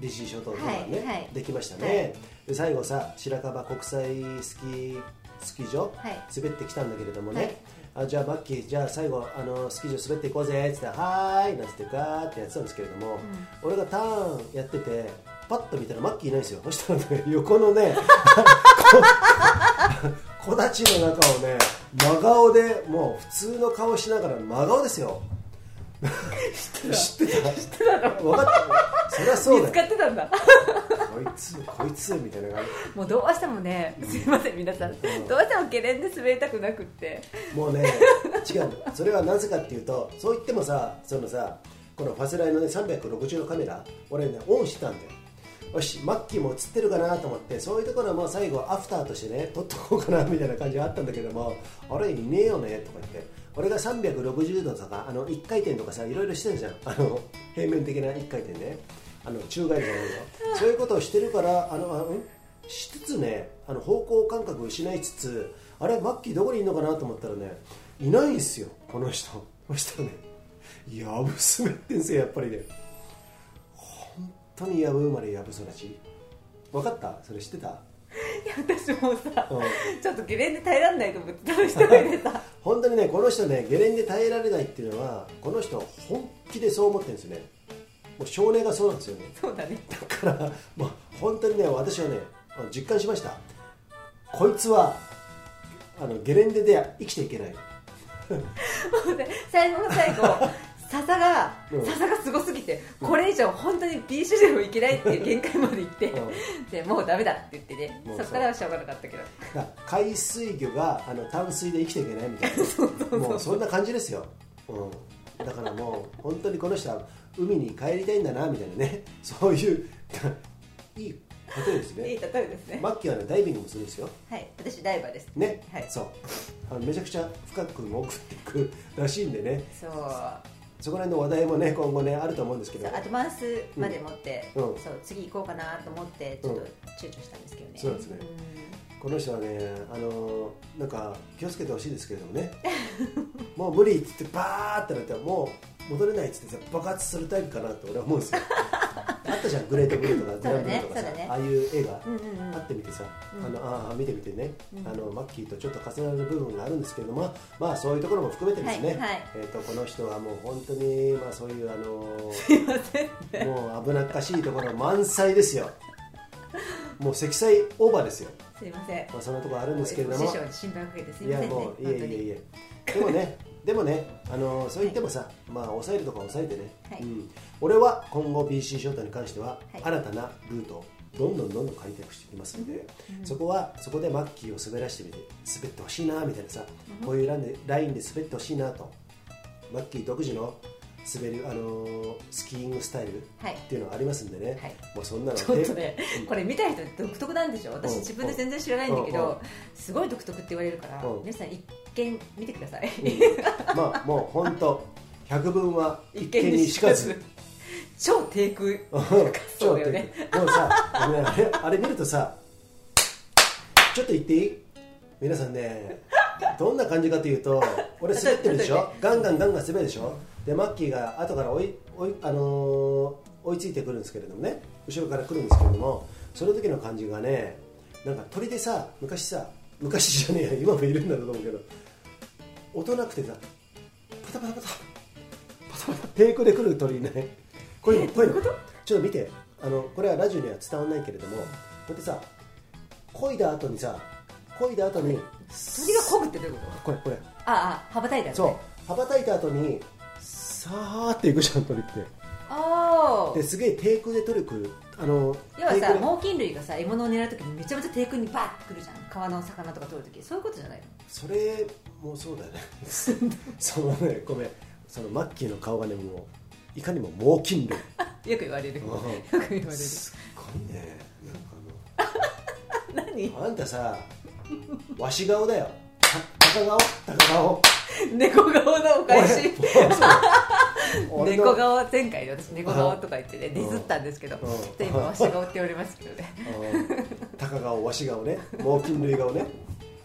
[SPEAKER 1] 美人諸島とかね、
[SPEAKER 2] はいはい
[SPEAKER 1] できましたね、
[SPEAKER 2] はい
[SPEAKER 1] で最後さ白樺国際スキースキー場、
[SPEAKER 2] はい
[SPEAKER 1] 滑ってきたんだけれどもね、
[SPEAKER 2] はい
[SPEAKER 1] あじゃあマッキーじゃあ最後あのスキー場滑っていこうぜっつって「はーい」なんつってガーってやってたんですけれども、俺がターンやっててパッと見たらマッキーいないんですよそしたらね横のね こ小立ちの中をね真顔でもう普通の顔しながら真顔ですよ知ってた知ってた分か ったそりゃそう
[SPEAKER 2] 見
[SPEAKER 1] だ
[SPEAKER 2] つか
[SPEAKER 1] よ
[SPEAKER 2] ってたんだ
[SPEAKER 1] こいつこいつみたいな感
[SPEAKER 2] もうどうしてもねすいません皆さん、
[SPEAKER 1] ん
[SPEAKER 2] どうしてもゲレンデ滑りたくなくって
[SPEAKER 1] じもうね違うのそれはなぜかっていうとそう言ってもさそのさこのファスライのね360のカメラ俺ねオンしてたんだよよしマッキーも映ってるかなと思ってそういうところはもう最後アフターとしてね撮っとこうかなみたいな感じがあったんだけどもあれいねえよねとか言って俺が360度とかあの1回転とかさいろいろしてるじゃんあの平面的な1回転ねあの宙返りじゃないよそういうことをしてるからあのあうんしつつねあの方向感覚を失いつつあれマッキーどこにいるのかなと思ったらねいないんすよこの人 そしたらねやぶ滑ってんすよやっぱりね本当にやぶ生まれやぶ育ち分かったそれ知ってた、
[SPEAKER 2] いや私もさ、
[SPEAKER 1] うん、
[SPEAKER 2] ちょっとゲレンデ耐えられないと思ってた一人 でさ
[SPEAKER 1] 本当にねこの人ねゲレンデ耐えられないっていうのはこの人本気でそう思ってるんですよねもう少年がそうなんですよね
[SPEAKER 2] そうだね
[SPEAKER 1] だからもう本当にね私はね実感しましたこいつはあのゲレンデで生きていけない
[SPEAKER 2] もうね最後の最後笹が
[SPEAKER 1] うん
[SPEAKER 2] 笹がすごすぎてこれ以上本当に B 種でもいけないっていう限界まで行って、
[SPEAKER 1] う
[SPEAKER 2] でもうダメだって言ってね
[SPEAKER 1] もうそ
[SPEAKER 2] そうこからはしょうがなかったけど
[SPEAKER 1] だから海水魚があの淡水で生きていけないみたいなもう そんな感じですよ、うん、だからもう 本当にこの人は海に帰りたいんだなみたいなねそういういい例えです
[SPEAKER 2] いい
[SPEAKER 1] ね
[SPEAKER 2] 例えですね、
[SPEAKER 1] マッキーはねダイビングもするんですよ
[SPEAKER 2] はい私ダイバーです
[SPEAKER 1] ね、
[SPEAKER 2] はい
[SPEAKER 1] そうあのめちゃくちゃ深く潜っていくらしいんでね
[SPEAKER 2] そう
[SPEAKER 1] そこら辺の話題もね今後ねあると思うんですけど
[SPEAKER 2] そうアドバンスまで持って、
[SPEAKER 1] うん
[SPEAKER 2] そう次行こうかなと思ってちょっと躊躇したんですけどね、
[SPEAKER 1] そうですねこの人はねあのなんか気をつけてほしいですけれどもね もう無理っつってバーってなったらもう戻れないっつって爆発するタイプかなって俺は思うんですよ あったじゃんグレートブルーとかグランブルーとか
[SPEAKER 2] そう
[SPEAKER 1] さ、
[SPEAKER 2] だね
[SPEAKER 1] ああいう映画、
[SPEAKER 2] うんうんうん
[SPEAKER 1] あってみてさ、
[SPEAKER 2] うん
[SPEAKER 1] あのああ見てみてね、
[SPEAKER 2] うん
[SPEAKER 1] あのマッキーとちょっと重なる部分があるんですけれども、まあそういうところも含めてですね、
[SPEAKER 2] はいはい
[SPEAKER 1] えっ、とこの人はもう本当にまあそういうあ のもう危なっかしいところ満載ですよ。もう積載オーバーですよ。
[SPEAKER 2] すいません
[SPEAKER 1] まあそんなところあるんですけれども、
[SPEAKER 2] 師匠に心配をかけてすい
[SPEAKER 1] い
[SPEAKER 2] ま
[SPEAKER 1] や
[SPEAKER 2] せんね
[SPEAKER 1] もういえ
[SPEAKER 2] 本
[SPEAKER 1] い
[SPEAKER 2] 当
[SPEAKER 1] えい
[SPEAKER 2] に
[SPEAKER 1] え。でもね、 でもね、あのそう言ってもさ、まあ抑えるとか抑えてね、
[SPEAKER 2] はい
[SPEAKER 1] うん。俺は今後 BC ショートに関しては、
[SPEAKER 2] はい
[SPEAKER 1] 新たなルートをどんどんどんどん開拓していきますので、そこはそこでマッキーを滑らしてみて滑ってほしいなみたいなさ、
[SPEAKER 2] うん
[SPEAKER 1] こういうラインでラインで滑ってほしいなとマッキー独自の滑る、あのースキーイングスタイルっ
[SPEAKER 2] はい
[SPEAKER 1] ていうのがありますんでね、
[SPEAKER 2] はい
[SPEAKER 1] もうそんなの
[SPEAKER 2] ちょっ
[SPEAKER 1] で
[SPEAKER 2] とね、これ見た人独特なんでしょ私
[SPEAKER 1] うん
[SPEAKER 2] 自分で全然知らないんだけ
[SPEAKER 1] うんう
[SPEAKER 2] どすごい独特って言われるから
[SPEAKER 1] うん
[SPEAKER 2] 皆さん一見見てください
[SPEAKER 1] うんまあもう本当百分は一見にしかず
[SPEAKER 2] 超低空そうだよね
[SPEAKER 1] ちょっともうさあのねあれあれ見るとさちょっと言っていい皆さんねどんな感じかというと俺滑ってるでしょガンガンガンガン滑るでしょでマッキーが後から追い追い,、あのー追いついてくるんですけれどもね後ろから来るんですけれどもその時の感じがねなんか鳥でさ昔さ昔じゃねえや今もいるんだろうと思うけど音なくてさパタパタパタパタパタ低空で来る鳥いないこれこれちょっと見てあのこれはラジオには伝わらないけれどもこうやってさ漕いだ後にさ漕いだ後に
[SPEAKER 2] 鳥がこぐってどういうこと
[SPEAKER 1] これこれ
[SPEAKER 2] ああ羽ばたいたよね
[SPEAKER 1] そう羽ばたいた後にさーっていくじゃん鳥って
[SPEAKER 2] ああ
[SPEAKER 1] ですげえ低空で鳥来るあの
[SPEAKER 2] 要は
[SPEAKER 1] 低空
[SPEAKER 2] さ
[SPEAKER 1] で
[SPEAKER 2] 猛禽類がさ獲物を狙う時にめちゃめちゃ低空にバーってくるじゃん川の魚とか取る時そういうことじゃないの
[SPEAKER 1] それもそうだよね そのねごめんそのマッキーの顔がねもういかにも猛禽 類
[SPEAKER 2] よく言われるよ
[SPEAKER 1] う
[SPEAKER 2] く言われる
[SPEAKER 1] すっごいねなんか
[SPEAKER 2] 何
[SPEAKER 1] あのあんたさわし顔だよた鷹顔鷹顔
[SPEAKER 2] 猫顔のお返し
[SPEAKER 1] 俺
[SPEAKER 2] 猫
[SPEAKER 1] の
[SPEAKER 2] 顔前回で私猫顔とか言ってねディズったんですけどち
[SPEAKER 1] うん
[SPEAKER 2] ょっと今わし顔って言われますけどね
[SPEAKER 1] うん鷹顔わし顔ね猛禽類顔ね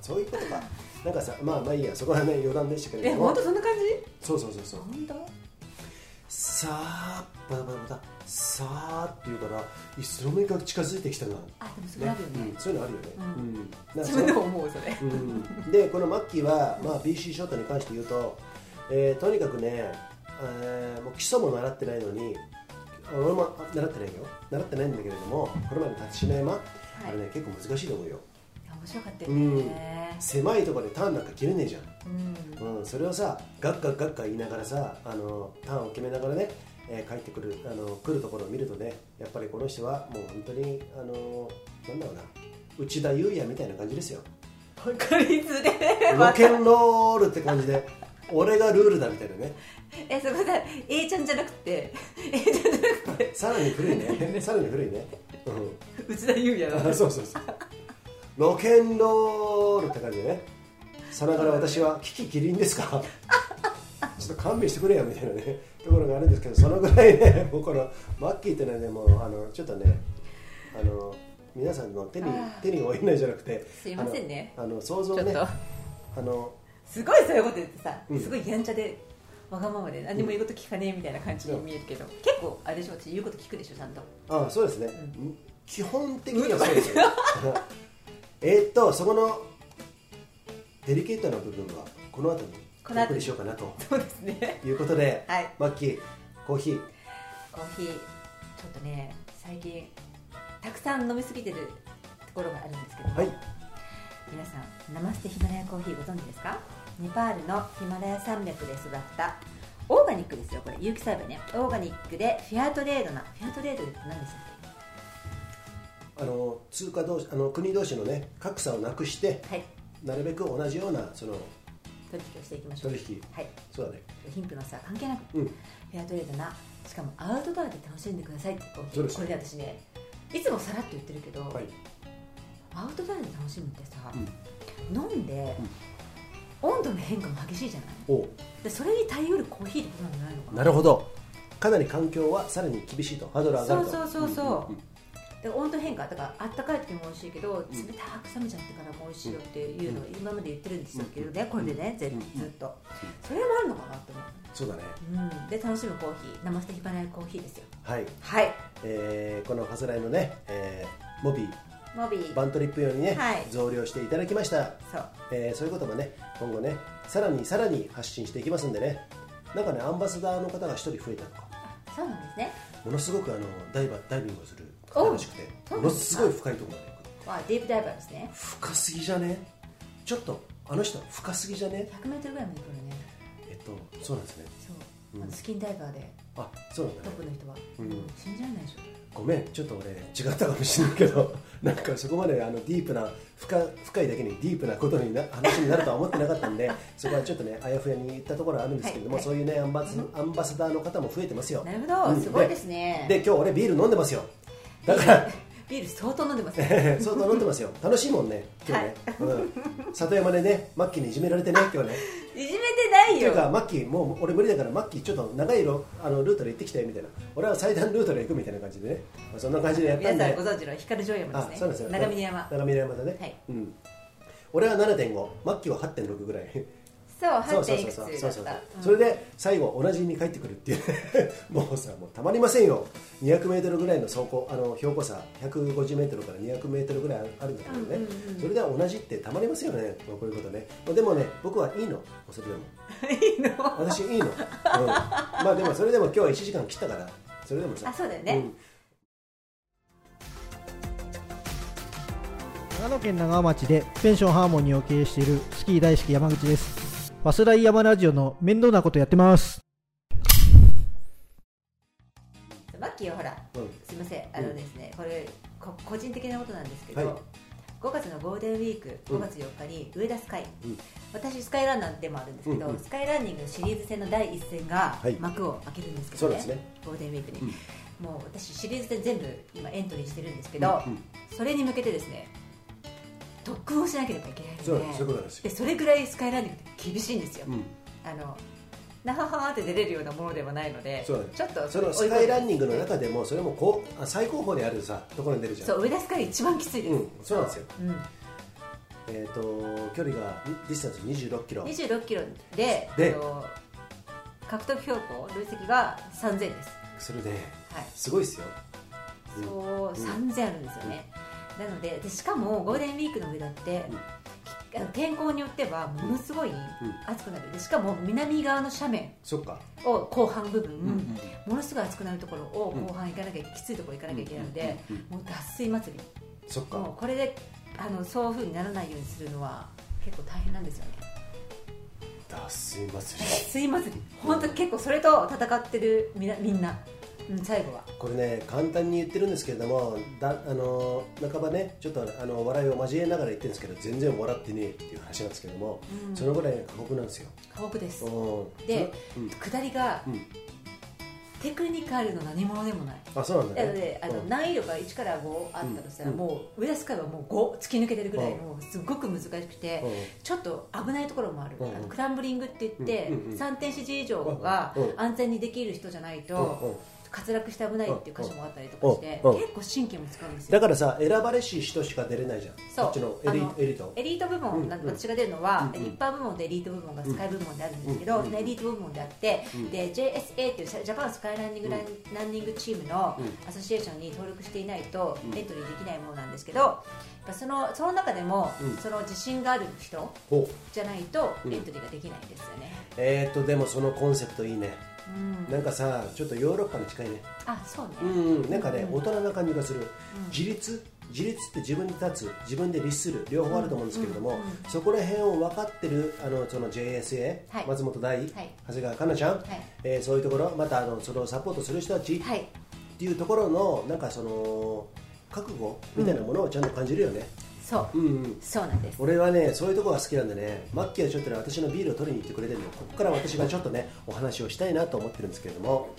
[SPEAKER 1] そういうことかなんかさまあまあいいやそこはね余談でしたけれ
[SPEAKER 2] え
[SPEAKER 1] ど
[SPEAKER 2] 本
[SPEAKER 1] も
[SPEAKER 2] 当そんな感じ
[SPEAKER 1] そうそうそうそう
[SPEAKER 2] 本当
[SPEAKER 1] さあバタバタバタさあって言うからいつの間にか近づいてきたな
[SPEAKER 2] あでもそれあるよ
[SPEAKER 1] う
[SPEAKER 2] ね
[SPEAKER 1] んそういうのあるよね、
[SPEAKER 2] うん
[SPEAKER 1] うんなんか
[SPEAKER 2] 自
[SPEAKER 1] その
[SPEAKER 2] 分でも思うそれ
[SPEAKER 1] うんでこのマッキーは、まあ、BC ショートに関して言うと、えーとにかくね、えーもう基礎も習ってないのに俺もあ習ってないよ習ってないんだけれどもこれまで立ちしない間、あれね結構難しいと思うよ
[SPEAKER 2] いや面白かったよね
[SPEAKER 1] 狭いところでターンなんか切れねえじ
[SPEAKER 2] うん
[SPEAKER 1] ゃん、うん、それをさガッガッガッガッ言いながらさあのターンを決めながらね、えー帰ってくるあの来るところを見るとねやっぱりこの人はもう本当にあのなんだろうな内田裕也みたいな感じですよ
[SPEAKER 2] わかりづれ え
[SPEAKER 1] ロケンロールって感じで俺がルールだみたいなね
[SPEAKER 2] えそこさ A ちゃんじゃなくて A ちゃんじゃなくて
[SPEAKER 1] さらに古い ねさらに古いね、
[SPEAKER 2] 内田裕也
[SPEAKER 1] う
[SPEAKER 2] だ
[SPEAKER 1] ん、あそうそうそうロケンロールって感じでねさながら私はキキキリンです かちょっと勘弁してくれよみたいなねところがあるんですけどそのぐらいねもうこのマッキーってのはねもうあのちょっとねあの皆さんの手に
[SPEAKER 2] あー
[SPEAKER 1] 手に負えないじゃなくて
[SPEAKER 2] すいませんね
[SPEAKER 1] あのあの想像
[SPEAKER 2] ちょっ
[SPEAKER 1] ね
[SPEAKER 2] と
[SPEAKER 1] あの
[SPEAKER 2] すごいそういうこと言ってさ
[SPEAKER 1] うん
[SPEAKER 2] すごいやんちゃでわがままで何も言うこと聞かねえみたいな感じに見えるけど結構あれでしょ私言うこと聞くでしょちゃんと
[SPEAKER 1] あそうですね、
[SPEAKER 2] う
[SPEAKER 1] 基本的にはそうですよ えーっとそこのデリケートな部分はこの後に
[SPEAKER 2] この後に
[SPEAKER 1] お送りしようかなと
[SPEAKER 2] そうですね
[SPEAKER 1] いうことで、
[SPEAKER 2] はい
[SPEAKER 1] マッキーコーヒー
[SPEAKER 2] コーヒーちょっとね最近たくさん飲みすぎてるところがあるんですけど、
[SPEAKER 1] はい
[SPEAKER 2] 皆さんナマステヒマラヤコーヒーご存知ですかネパールのヒマラヤ山脈で育ったオーガニックですよこれ有機栽培ねオーガニックでフェアトレードなフェアトレードって何でしたっ
[SPEAKER 1] あの通貨同士あの国同士のね格差をなくして
[SPEAKER 2] けはい
[SPEAKER 1] なるべく同じようなその
[SPEAKER 2] 取引をしていきましょう
[SPEAKER 1] 取引
[SPEAKER 2] はい
[SPEAKER 1] そうだね
[SPEAKER 2] 貧富の差は関係なく
[SPEAKER 1] うん
[SPEAKER 2] フェアトレードなしかもアウトドアで楽しんでくださいってコーヒー
[SPEAKER 1] そうです
[SPEAKER 2] これで私ねいつもさらっと言ってるけど、
[SPEAKER 1] はい
[SPEAKER 2] アウトドアで楽しむってさ、
[SPEAKER 1] う
[SPEAKER 2] 飲んで、温度の変化も激しいじゃない
[SPEAKER 1] おう
[SPEAKER 2] でそれに耐えうるコーヒーってことなんじゃないのかな
[SPEAKER 1] なるほどかなり環境はさらに厳しいとハードル上がると
[SPEAKER 2] そうそうそうそうん
[SPEAKER 1] んん
[SPEAKER 2] で温度変化だからあったかい時も美味しいけど
[SPEAKER 1] ん
[SPEAKER 2] 冷たく冷めちゃってからも美味しいよっていうのを今まで言ってるんですけどね
[SPEAKER 1] うん
[SPEAKER 2] これでねぜ
[SPEAKER 1] うん
[SPEAKER 2] ずっとそれもあるのかなと思
[SPEAKER 1] そうだね
[SPEAKER 2] う、うん、で楽しむコーヒー生捨てヒバナイコーヒーですよ
[SPEAKER 1] はい、
[SPEAKER 2] はい
[SPEAKER 1] えーこのハスライのね、えーモビー
[SPEAKER 2] モビー
[SPEAKER 1] バントリップ用にね、
[SPEAKER 2] はい
[SPEAKER 1] 増量していただきました
[SPEAKER 2] そう
[SPEAKER 1] えーそういうこともね今後ねさらにさらに発信していきますんでねなんかねアンバサダーの方が1人増えたとか
[SPEAKER 2] そうなんですね
[SPEAKER 1] ものすごくあのダイバーダイビングをする方らしくて
[SPEAKER 2] お
[SPEAKER 1] ものすごい深いところまで行く
[SPEAKER 2] わあディープダイバーですね
[SPEAKER 1] 深すぎじゃねちょっとあの人深すぎじゃね
[SPEAKER 2] 100m ぐらいまで来るね
[SPEAKER 1] えっとそうなんですね
[SPEAKER 2] そううんあのスキンダイバーで
[SPEAKER 1] あそうなん
[SPEAKER 2] ト
[SPEAKER 1] だ
[SPEAKER 2] ップ
[SPEAKER 1] ね
[SPEAKER 2] の人は、
[SPEAKER 1] うん
[SPEAKER 2] 信じられないでしょ
[SPEAKER 1] ごめんちょっと俺違ったかもしれないけど なんかそこまであのディープな深深いだけにディープなことにな 話になるとは思ってなかったんで そこはちょっとねあやふやに言ったところはあるんですけれども、
[SPEAKER 2] はい
[SPEAKER 1] そういうねアンバスアンバサダーの方も増えてますよ
[SPEAKER 2] なるほ
[SPEAKER 1] う
[SPEAKER 2] ど
[SPEAKER 1] ん
[SPEAKER 2] すごいですね、
[SPEAKER 1] で今日俺ビール飲んでますよだから
[SPEAKER 2] ビール相当飲んでますね
[SPEAKER 1] 相当飲んでますよ楽しいもんね今日ね、うん、里山でねマッキーにいじめられてね今日ね
[SPEAKER 2] いじめてない
[SPEAKER 1] ってい
[SPEAKER 2] よ
[SPEAKER 1] うかマッキーもう俺無理だからマッキーちょっと長い路あのルートで行ってきてみたいな俺は最短ルートで行くみたいな感じでねまあそんな感じでやった
[SPEAKER 2] 皆
[SPEAKER 1] ん
[SPEAKER 2] さん
[SPEAKER 1] で
[SPEAKER 2] ご存知の光城山
[SPEAKER 1] あ
[SPEAKER 2] ですね
[SPEAKER 1] そうなんですよ
[SPEAKER 2] 長峰山
[SPEAKER 1] 長峰山だね、
[SPEAKER 2] はい
[SPEAKER 1] うん俺は7.5マッキーは8.6ぐらい
[SPEAKER 2] そう
[SPEAKER 1] そ
[SPEAKER 2] 8
[SPEAKER 1] うそう
[SPEAKER 2] 点い
[SPEAKER 1] そう
[SPEAKER 2] くつ
[SPEAKER 1] そうそ
[SPEAKER 2] だっ
[SPEAKER 1] うそう
[SPEAKER 2] た
[SPEAKER 1] それで最後同じに帰ってくるっていう もうさもうたまりませんよ 200m ぐらいの走行あの標高差 150m から 200m ぐらいあるんだけどね、
[SPEAKER 2] うんうんうん
[SPEAKER 1] それでは同じってたまりませんよねまあこういうことねでもね僕はいいのそれでも
[SPEAKER 2] いいの
[SPEAKER 1] 私いいの、うん、まあでもそれでも今日は1時間切ったからそれでもさ
[SPEAKER 2] あそうだよね
[SPEAKER 1] ん
[SPEAKER 4] 長野県長和町でペンションハーモニーを経営しているスキー大好き山口ですファスライ山ラジオの面倒なことやってます
[SPEAKER 2] マッキーはほら
[SPEAKER 1] うん
[SPEAKER 2] すいませんあのですね、これこ個人的なことなんですけど、
[SPEAKER 1] はい
[SPEAKER 2] 5月のゴールデンウィーク
[SPEAKER 1] うん
[SPEAKER 2] 5月4日に上田スカイ、
[SPEAKER 1] うん
[SPEAKER 2] 私スカイランナーでもあるんですけど、
[SPEAKER 1] うんうん
[SPEAKER 2] スカイランニングのシリーズ戦の第一戦が
[SPEAKER 1] はい
[SPEAKER 2] 幕を開けるんですけ
[SPEAKER 1] そ
[SPEAKER 2] ど
[SPEAKER 1] う
[SPEAKER 2] ね,、
[SPEAKER 1] ですね
[SPEAKER 2] ゴールデンウィークに、
[SPEAKER 1] うん
[SPEAKER 2] もう私シリーズ戦全部今エントリーしてるんですけど、
[SPEAKER 1] うんうん
[SPEAKER 2] それに向けてですね特訓をしなければいけないので
[SPEAKER 1] そうそういうことなんですよ、
[SPEAKER 2] でそれぐらいスカイランニングって厳しいんですよ、
[SPEAKER 1] うん
[SPEAKER 2] あのなははーって出れるようなものではないので
[SPEAKER 1] そうだね
[SPEAKER 2] ちょっと
[SPEAKER 1] そのスカイランニングの中でもそれもこうあ最高峰であるさところに出るじゃん
[SPEAKER 2] そう上田スカイ一番きついです、
[SPEAKER 1] うんそうなんですよ
[SPEAKER 2] うん
[SPEAKER 1] えー、と距離がんディスタンス2 6キロ
[SPEAKER 2] 2 6キロで
[SPEAKER 1] で
[SPEAKER 2] あの獲得標高累積が3000です、
[SPEAKER 1] それね
[SPEAKER 2] はい、
[SPEAKER 1] すごいですよ、うん
[SPEAKER 2] そう3000あるんですよね、なのででしかもゴールデンウィークの上だって、
[SPEAKER 1] うん
[SPEAKER 2] きあの天候によってはものすごい暑くなるでしかも南側の斜面
[SPEAKER 1] そっか、
[SPEAKER 2] を後半部分、
[SPEAKER 1] うん
[SPEAKER 2] ものすごい暑くなるところを後半行かなきゃ、きついところ行かなきゃいけないので、もう脱水祭り
[SPEAKER 1] そっか
[SPEAKER 2] もうこれであのそういうふうにならないようにするのは結構大変なんですよね
[SPEAKER 1] 脱水祭り
[SPEAKER 2] 水祭り本当結構それと戦ってるみなみんな、うん、最後は
[SPEAKER 1] これね簡単に言ってるんですけれどもだあの半ばねちょっとあの笑いを交えながら言ってるんですけど全然笑ってねえっていう話なんですけども、
[SPEAKER 2] うん
[SPEAKER 1] そのぐらい過酷なんですよ、
[SPEAKER 2] 過酷です
[SPEAKER 1] うん、
[SPEAKER 2] で
[SPEAKER 1] そのうん
[SPEAKER 2] 下りが
[SPEAKER 1] うん、
[SPEAKER 2] テクニカルの何者でもない
[SPEAKER 1] あそうなんだね
[SPEAKER 2] なのであの
[SPEAKER 1] うん
[SPEAKER 2] 難易度が1から5あったとしたら、
[SPEAKER 1] うん
[SPEAKER 2] もう上田スカイはもう5突き抜けてるぐらい
[SPEAKER 1] うん
[SPEAKER 2] もうすごく難しくて、
[SPEAKER 1] うん
[SPEAKER 2] ちょっと危ないところもある、
[SPEAKER 1] うん
[SPEAKER 2] あのクランブリングって言って、
[SPEAKER 1] うんうんうん
[SPEAKER 2] 3点支持以上が
[SPEAKER 1] うん
[SPEAKER 2] 安全にできる人じゃないと、
[SPEAKER 1] うんうん
[SPEAKER 2] 滑落して危ないっていう箇所もあったりとかして、
[SPEAKER 1] うんうん
[SPEAKER 2] 結構神経も使うんです
[SPEAKER 1] だ
[SPEAKER 2] よ
[SPEAKER 1] からさ選ばれし人しか出れないじゃん
[SPEAKER 2] そう
[SPEAKER 1] こっちのエリ
[SPEAKER 2] あの
[SPEAKER 1] エリート
[SPEAKER 2] エリート部門なんで
[SPEAKER 1] うんうん
[SPEAKER 2] 私が出るのは、
[SPEAKER 1] うんうん
[SPEAKER 2] 一般部門とエリート部門がスカイ部門であるんですけ
[SPEAKER 1] う
[SPEAKER 2] ど、
[SPEAKER 1] んうん
[SPEAKER 2] そのエリート部門であって、
[SPEAKER 1] うん
[SPEAKER 2] で JSA っていうジャジャパンスカイランニングラン,、ランニングチームの
[SPEAKER 1] うん
[SPEAKER 2] アソシエーションに登録していないと
[SPEAKER 1] うん
[SPEAKER 2] エントリーできないものなんですけどやっぱそのその中でも、
[SPEAKER 1] うん
[SPEAKER 2] その自信がある人
[SPEAKER 1] ほう
[SPEAKER 2] じゃないと
[SPEAKER 1] うん
[SPEAKER 2] エントリーができないんですよね、
[SPEAKER 1] えー、とでもそのコンセプトいいね
[SPEAKER 2] うん
[SPEAKER 1] なんかさちょっとヨーロッパに近いね
[SPEAKER 2] あそうね、
[SPEAKER 1] うんうんなんかね、
[SPEAKER 2] うん
[SPEAKER 1] 大人な感じがする、
[SPEAKER 2] ん
[SPEAKER 1] 自立自立って自分に立つ自分で律する両方あると思うんですけれども、
[SPEAKER 2] うんうんうん
[SPEAKER 1] そこら辺を分かってるあのその JSA、
[SPEAKER 2] はい
[SPEAKER 1] 松本大、長谷川香奈ちゃん、えーそういうところまたあのそれをサポートする人たちっ
[SPEAKER 2] はい
[SPEAKER 1] ていうところのなんかその覚悟みたいなものをちゃんと感じるよね、
[SPEAKER 2] そう
[SPEAKER 1] うんうん
[SPEAKER 2] そうなんです
[SPEAKER 1] 俺はねそういうところが好きなんでねマッキーはちょっとね私のビールを取りに行ってくれてるのでここから私がちょっとねお話をしたいなと思ってるんですけれども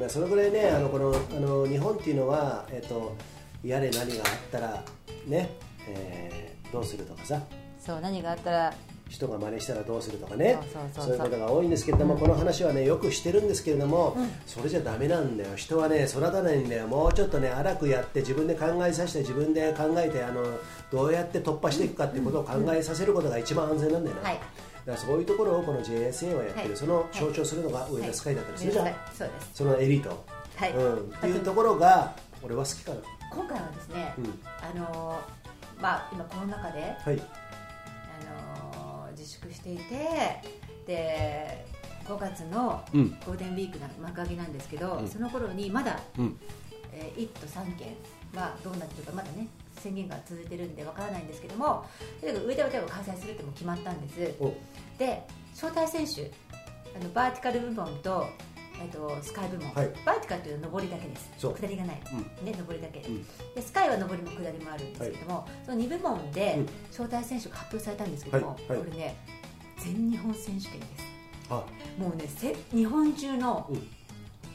[SPEAKER 1] まあそのぐらいねあのこのあの日本っていうのは、えっとやれ何があったらね、えーどうするとかさ
[SPEAKER 2] そう何があったら
[SPEAKER 1] 人が真似したらどうするとかね
[SPEAKER 2] そう
[SPEAKER 1] そ
[SPEAKER 2] そうそうそう
[SPEAKER 1] ういうことが多いんですけれども、この話はねよくしてるんですけれども、それじゃダメなんだよ人はね育たないんだよもうちょっとね荒くやって自分で考えさせて自分で考えてあのどうやって突破していくかっていうことを考えさせることが一番安全なんだよな、
[SPEAKER 2] はい
[SPEAKER 1] だからそういうところをこの JSA はやってる、
[SPEAKER 2] はい
[SPEAKER 1] その象徴するのがウェブスカイだったりするじゃん、
[SPEAKER 2] はいそうです
[SPEAKER 1] そのエリート、
[SPEAKER 2] はい
[SPEAKER 1] うん、っていうところが俺は好きかな
[SPEAKER 2] 今回はですね、
[SPEAKER 1] うん
[SPEAKER 2] あのーまあ今コロナ禍で、
[SPEAKER 1] はい
[SPEAKER 2] あのー自粛していてで5月の
[SPEAKER 1] うん
[SPEAKER 2] ゴールデンウィークの幕開けなんですけど、
[SPEAKER 1] うん
[SPEAKER 2] その頃にまだ、
[SPEAKER 1] うん
[SPEAKER 2] えー1都3県はどうなってるかまだね宣言が続いてるんでわからないんですけどもとにかく上田は多分開催するってもう決まったんです
[SPEAKER 1] お
[SPEAKER 2] で招待選手あのバーティカル部門と,、えっとスカイ部門、
[SPEAKER 1] はい
[SPEAKER 2] バーティカルというのは上りだけです
[SPEAKER 1] そう
[SPEAKER 2] 下りがない、
[SPEAKER 1] う
[SPEAKER 2] ね上りだけ、
[SPEAKER 1] ん
[SPEAKER 2] でスカイは上りも下りもあるんですけども、その2部門で招待選手が発表されたんですけども、
[SPEAKER 1] はいはい
[SPEAKER 2] これね全日本選手権です
[SPEAKER 1] あ
[SPEAKER 2] もうねせ日本中の
[SPEAKER 1] うん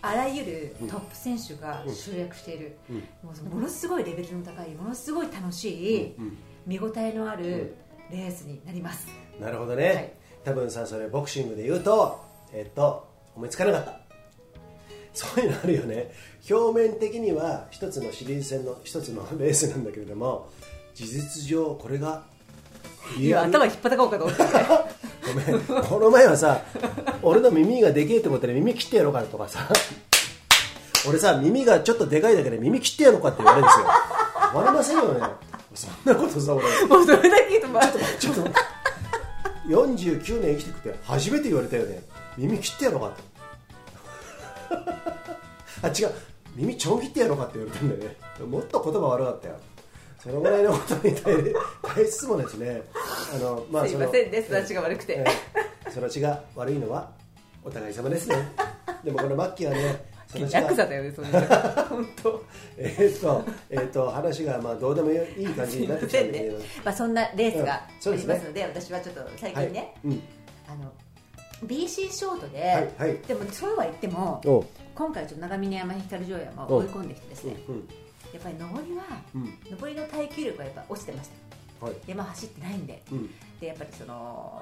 [SPEAKER 2] あらゆる
[SPEAKER 1] うん
[SPEAKER 2] トップ選手が集約している、
[SPEAKER 1] うん
[SPEAKER 2] もうものすごいレベルの高いものすごい楽しい
[SPEAKER 1] うん
[SPEAKER 2] 見応えのあるレースになります、
[SPEAKER 1] なるほどね、
[SPEAKER 2] はい
[SPEAKER 1] 多分さそれボクシングで言うとえっと思いつかなかったそういうのあるよね表面的には一つのシリーズ戦の一つの レースなんだけれども事実上これが
[SPEAKER 2] い
[SPEAKER 1] リ
[SPEAKER 2] や
[SPEAKER 1] アル
[SPEAKER 2] 頭引っ張たこうかと思って
[SPEAKER 1] ごめんこの前はさ俺の耳がでけえと思ったら耳切ってやろうかとかさ俺さ耳がちょっとでかいだけで耳切ってやろうかって言われるんですよ言われませんよねそんなことさ俺
[SPEAKER 2] もうそれだけ言うとまあ
[SPEAKER 1] ちょっと待って49年生きてくて初めて言われたよね耳切ってやろうかって あ違う耳ちょん切ってやろうかって言われたんだよねもっと言葉悪かったよそのぐらいのことに対 対しつつもですねあの、まあ、
[SPEAKER 2] すいませんね育ちが悪くて
[SPEAKER 1] その育ちが悪いのはお互い様ですねでもこのマッキーはね育ちが
[SPEAKER 2] ヤクザだよねそんな本当
[SPEAKER 1] えーっと,、えーっと話がまあどうでもいい感じ
[SPEAKER 2] すい
[SPEAKER 1] になっ
[SPEAKER 2] ま
[SPEAKER 1] てきた
[SPEAKER 2] せ
[SPEAKER 1] ん
[SPEAKER 2] ん
[SPEAKER 1] だけ
[SPEAKER 2] ね
[SPEAKER 1] ど、
[SPEAKER 2] まあ、そんなレースがあ
[SPEAKER 1] うん
[SPEAKER 2] り
[SPEAKER 1] そう
[SPEAKER 2] ま
[SPEAKER 1] ですすね
[SPEAKER 2] ので、私はちょっと最
[SPEAKER 1] はい
[SPEAKER 2] 近ね、
[SPEAKER 1] うん、
[SPEAKER 2] あの BC ショートで、
[SPEAKER 1] はいはい
[SPEAKER 2] でもそうは言っても
[SPEAKER 1] おう
[SPEAKER 2] 今回ちょっと長峰山光城山を追い込んできてですね
[SPEAKER 1] うん
[SPEAKER 2] やっぱり上りは
[SPEAKER 1] うん
[SPEAKER 2] 上りの耐久力はやっぱ落ちてました
[SPEAKER 1] はい
[SPEAKER 2] 山走ってないんで
[SPEAKER 1] うん
[SPEAKER 2] でやっぱりその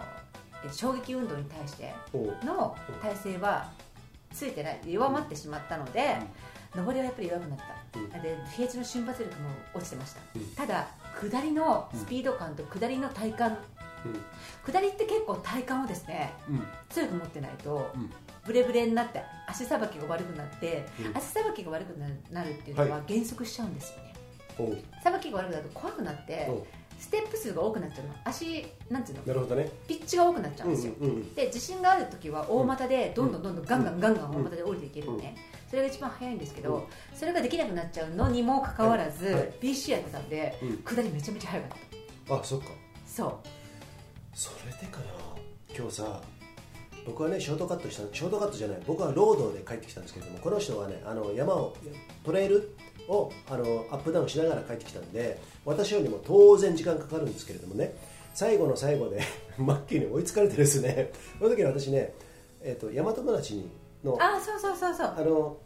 [SPEAKER 2] え衝撃運動に対して
[SPEAKER 1] おう
[SPEAKER 2] の体勢はついてない弱まってしまったので、上りはやっぱり弱くなった、
[SPEAKER 1] うん
[SPEAKER 2] で平地の瞬発力も落ちてました、
[SPEAKER 1] うん
[SPEAKER 2] ただ下りのスピード感と下りの体感下りって結構体幹をですね
[SPEAKER 1] うんうん
[SPEAKER 2] 強く持ってないと
[SPEAKER 1] うん
[SPEAKER 2] ブレブレになって足さばきが悪くなって、
[SPEAKER 1] うん
[SPEAKER 2] 足さばきが悪くななるっていうのは減速しちゃうんですよね
[SPEAKER 1] おう
[SPEAKER 2] さばきが悪くなると怖くなって
[SPEAKER 1] おう
[SPEAKER 2] ステップ数が多くなっちゃうの足なんていうの
[SPEAKER 1] なるほどね
[SPEAKER 2] ピッチが多くなっちゃうんですよ、
[SPEAKER 1] うんうん
[SPEAKER 2] で自信がある時は大股でどんどんどんどんガンガンガンガン大股で降りていけるのね、それが一番早いんですけど、
[SPEAKER 1] うん
[SPEAKER 2] それができなくなっちゃうのにもかかわらず、
[SPEAKER 1] はいはい
[SPEAKER 2] BC やってたんで、
[SPEAKER 1] うん
[SPEAKER 2] 下りめちゃめちゃ速かった
[SPEAKER 1] あそっか
[SPEAKER 2] そ
[SPEAKER 1] それでかな今日さ僕はねショートカットしたショートカットじゃない僕はロードで帰ってきたんですけれどもこの人はねあの山をトレイルをあのアップダウンしながら帰ってきたんで私よりも当然時間かかるんですけれどもね最後の最後で マッキーに追いつかれてですねその時に私ね、えっと大和村地にの
[SPEAKER 2] うあそうそうそうそう
[SPEAKER 1] あの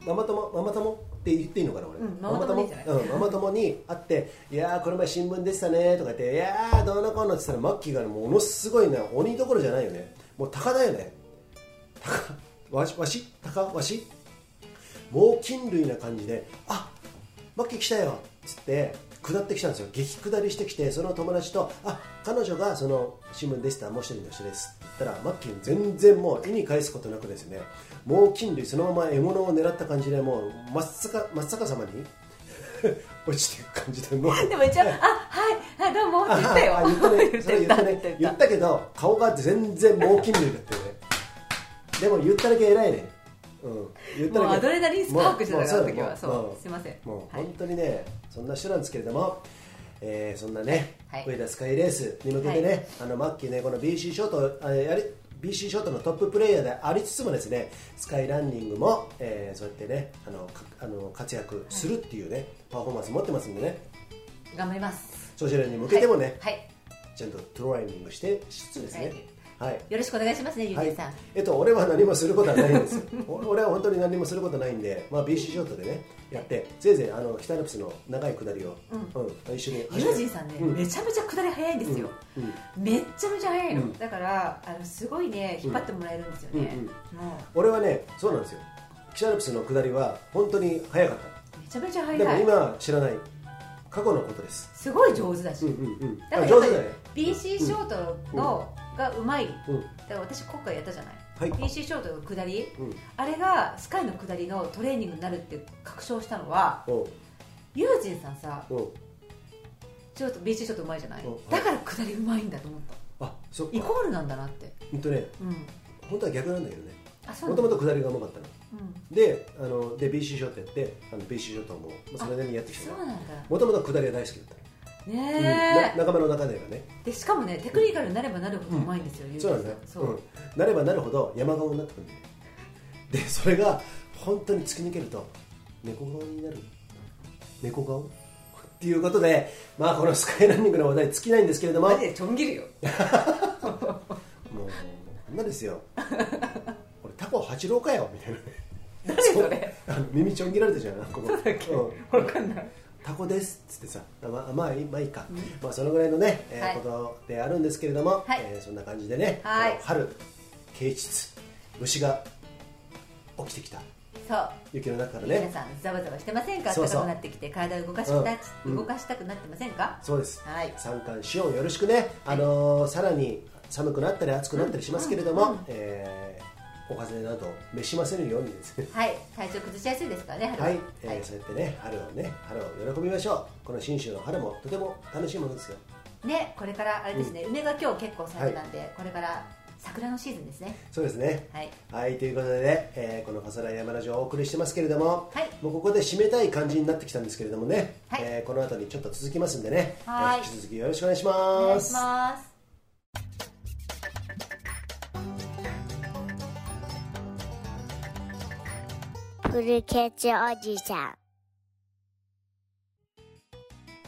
[SPEAKER 1] ママ友ママ友って言っていいのかな俺、
[SPEAKER 2] うんママ友でいいんじゃない
[SPEAKER 1] うんママ友に会って「いやーこの前新聞でしたね」とか言って「いやーどうのこうの」って言ったらマッキーがねものすごいね鬼どころじゃないよねもう鷹だよね鷹わしわし鷹わし猛禽類な感じで「あマッキー来たよ」っつって下ってきたんですよ激下りしてきてその友達と「あ彼女がその新聞でしたもう一人の人です」って言ったらマッキー全然もう意に返すことなくですね猛禽類そのまま獲物を狙った感じでもう真っ逆真っ逆さまに 落ちていく感じでもう
[SPEAKER 2] でも一応「あはいはいどうも」って言ったよ
[SPEAKER 1] ああ言ったねそれ言ったね
[SPEAKER 2] 言った言った
[SPEAKER 1] 言ったけど顔が全然猛禽類だったよねでも言っただけ偉いねうん言っただけ
[SPEAKER 2] もうアドレナリンスパークしてたからあ
[SPEAKER 1] も
[SPEAKER 2] の
[SPEAKER 1] う
[SPEAKER 2] 時は
[SPEAKER 1] も
[SPEAKER 2] そう
[SPEAKER 1] も
[SPEAKER 2] すいません
[SPEAKER 1] もう
[SPEAKER 2] はい
[SPEAKER 1] 本当にね、そんな人なんですけれども、えーそんなね、
[SPEAKER 2] はい
[SPEAKER 1] 上田スカイレースに向けてね、
[SPEAKER 2] はい
[SPEAKER 1] あのマッキーね、この BC ショート、あやり BC ショートのトッププレイヤーでありつつもですね、スカイランニングも、えーそうやってね、あのかあの活躍するっていうね、パフォーマンス持ってますんでね、
[SPEAKER 2] 頑張ります
[SPEAKER 1] そちらに向けてもね、
[SPEAKER 2] はい
[SPEAKER 1] ちゃんとトレーニングしてしつつですね、はい
[SPEAKER 2] よろしくお願いしますねゆう
[SPEAKER 1] は
[SPEAKER 2] じい
[SPEAKER 1] い
[SPEAKER 2] さん、
[SPEAKER 1] えっと、俺は何もすることはないんですよ お俺は本当に何もすることないんで、まあ、BC ショットでねやってせいぜいあの北アルプスの長い下りを、
[SPEAKER 2] う
[SPEAKER 1] うん一緒に
[SPEAKER 2] ゆうじいさんね、
[SPEAKER 1] うん
[SPEAKER 2] めちゃめちゃ下り早いんですよ、
[SPEAKER 1] うんうん
[SPEAKER 2] めっちゃめちゃ早いの、
[SPEAKER 1] うん
[SPEAKER 2] だからあのすごいね引っ張ってもらえるんですよね、
[SPEAKER 1] うんうん
[SPEAKER 2] も
[SPEAKER 1] 俺はねそうなんですよ北アルプスの下りは本当に早かった
[SPEAKER 2] うめちゃめちゃ
[SPEAKER 1] でも
[SPEAKER 2] 早い
[SPEAKER 1] 今は知らない過去のことです、
[SPEAKER 2] すごい上手だし、
[SPEAKER 1] うんうんうん、
[SPEAKER 2] だから
[SPEAKER 1] あ
[SPEAKER 2] や
[SPEAKER 1] 上
[SPEAKER 2] っぱ
[SPEAKER 1] 手
[SPEAKER 2] り
[SPEAKER 1] だね
[SPEAKER 2] BC ショートの、がうまいだ
[SPEAKER 1] うんうん
[SPEAKER 2] から私今回やったじゃない、
[SPEAKER 1] はい、
[SPEAKER 2] BC ショートの下り
[SPEAKER 1] うん、
[SPEAKER 2] あれがスカイの下りのトレーニングになるって確証したのは
[SPEAKER 1] おう
[SPEAKER 2] ユージンさんさ
[SPEAKER 1] おう
[SPEAKER 2] ちょっと BC ショートうまいじゃない
[SPEAKER 1] お
[SPEAKER 2] だから下りうまいんだと思った
[SPEAKER 1] あそっ
[SPEAKER 2] イ
[SPEAKER 1] か
[SPEAKER 2] コールなんだなって
[SPEAKER 1] うんとね
[SPEAKER 2] うん
[SPEAKER 1] 本当は逆なんだけどね
[SPEAKER 2] あそう
[SPEAKER 1] もと
[SPEAKER 2] なん
[SPEAKER 1] も
[SPEAKER 2] だ
[SPEAKER 1] と下りがうまかったの
[SPEAKER 2] うん
[SPEAKER 1] であので BC ショットやってあの BC ショットも、まあ、それなりにやってき
[SPEAKER 2] そ
[SPEAKER 1] た
[SPEAKER 2] うなんだ
[SPEAKER 1] もともと下りは大好きだったうん
[SPEAKER 2] ね
[SPEAKER 1] な仲間の中ではね、
[SPEAKER 2] えでしかもねテクニカルになればなるほどうまいんですよユージ
[SPEAKER 1] そ
[SPEAKER 2] ン
[SPEAKER 1] うなん
[SPEAKER 2] さん
[SPEAKER 1] だよ、、
[SPEAKER 2] そううん
[SPEAKER 1] なればなるほど山顔になってくるんだよでそれが本当に突き抜けると猫顔になる猫顔っていうことで、まあ、このスカイランニングの話題尽きないんですけれども
[SPEAKER 2] マ
[SPEAKER 1] も
[SPEAKER 2] ジでちょん切るよ
[SPEAKER 1] うこんなですよ俺タコ八郎かよみたいなね
[SPEAKER 2] 誰それ
[SPEAKER 1] あの耳ちょん切られたじゃんここ
[SPEAKER 2] そうだっけ
[SPEAKER 1] うん
[SPEAKER 2] わかんない
[SPEAKER 1] タコですっつってさまあまあいいまあいいか、まあそのぐらいのね、えー
[SPEAKER 2] はい
[SPEAKER 1] ことであるんですけれども、
[SPEAKER 2] はい
[SPEAKER 1] えーそんな感じでね、
[SPEAKER 2] はい
[SPEAKER 1] この春啓蟄虫が起きてきた
[SPEAKER 2] そう
[SPEAKER 1] 雪の中から
[SPEAKER 2] 皆
[SPEAKER 1] ね
[SPEAKER 2] さんざわざわしてませんか
[SPEAKER 1] そう
[SPEAKER 2] 暖
[SPEAKER 1] そう
[SPEAKER 2] かくなってきて体を動かした、
[SPEAKER 1] うん
[SPEAKER 2] 動かしたくなってませんか、
[SPEAKER 1] そうです
[SPEAKER 2] はい
[SPEAKER 1] 三寒四温よろしくね、あのーさらに寒くなったり暑くなったりしますけれども、
[SPEAKER 2] うんうん
[SPEAKER 1] えーお風邪など召しませぬようにですね
[SPEAKER 2] はい体調崩しやすいですからね春は
[SPEAKER 1] はい、えー
[SPEAKER 2] はい
[SPEAKER 1] そうやってね春をね春を喜びましょうこの信州の春もとても楽しいものですよ
[SPEAKER 2] ねこれからあれですね、梅が今日結構咲いてたんで、これから桜のシーズンですね
[SPEAKER 1] そうですね
[SPEAKER 2] はい
[SPEAKER 1] はい、ということでね、えーこの「笠原山ラジオ」をお送りしてますけれども、
[SPEAKER 2] はい
[SPEAKER 1] もうここで締めたい感じになってきたんですけれどもね、
[SPEAKER 2] はい
[SPEAKER 1] えーこの後にちょっと続きますんでね、
[SPEAKER 2] はい
[SPEAKER 1] えー引き続きよろしくお願いし
[SPEAKER 2] お願
[SPEAKER 1] ま
[SPEAKER 2] いし
[SPEAKER 1] す。
[SPEAKER 2] ます
[SPEAKER 5] ブルーケーチおじちゃん。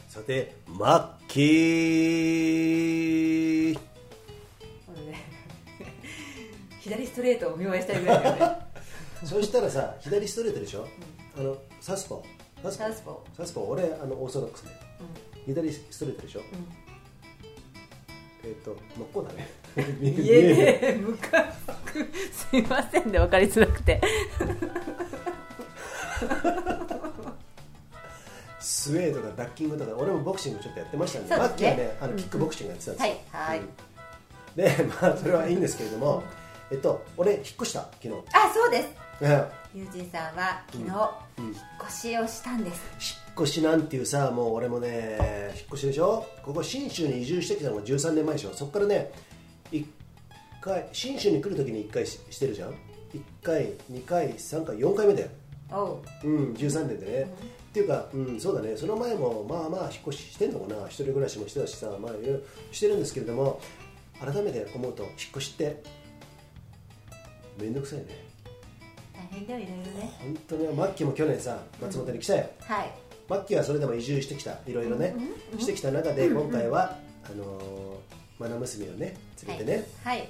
[SPEAKER 1] さて、マッキー
[SPEAKER 2] もうね左ストレートをお見舞いしたいぐらいだよ ね
[SPEAKER 1] そしたらさ、左ストレートでしょ、あのサスポ、サスポ
[SPEAKER 2] サウスポ
[SPEAKER 1] サスポ俺あの、オーソドックスね、左ストレートでしょ、えっ、と、真っ向だ ね、
[SPEAKER 2] いえねむかつくすいませんね分かりづらくて
[SPEAKER 1] スウェードがダッキングとか俺もボクシングちょっとやってましたんで
[SPEAKER 2] そう
[SPEAKER 1] マ
[SPEAKER 2] ですね
[SPEAKER 1] ッキーはねあのキックボクシングやってたんですよ、
[SPEAKER 2] はいはい
[SPEAKER 1] うんで まあそれはいいんですけれどもえっと俺引っ越した昨日
[SPEAKER 2] あそうです
[SPEAKER 1] うん引っ
[SPEAKER 2] 友人さんは昨日、
[SPEAKER 1] うんうん
[SPEAKER 2] 引っ越しをしたんです
[SPEAKER 1] 越しなんていうさもう俺もね引っ越しでしょここ信州に移住してきたのが13年前でしょそこからね一回信州に来るときに1回ししてるじゃん1回2回3回4回目だよ
[SPEAKER 2] おう
[SPEAKER 1] うん、13年でね、っていうか、うん、そうだねその前もまあまあ引っ越ししてんのかな一人暮らしもしてたしさまあいろいろしてるんですけれども改めて思うと引っ越しってめんどくさいね
[SPEAKER 2] 大変だよいろいろね
[SPEAKER 1] 本当にマッキーも去年さ松本に来たよ、
[SPEAKER 2] はい
[SPEAKER 1] マッキーはそれでも移住してきたいろいろね、してきた中で今回は、あのー、愛娘をね連れてね、
[SPEAKER 2] はい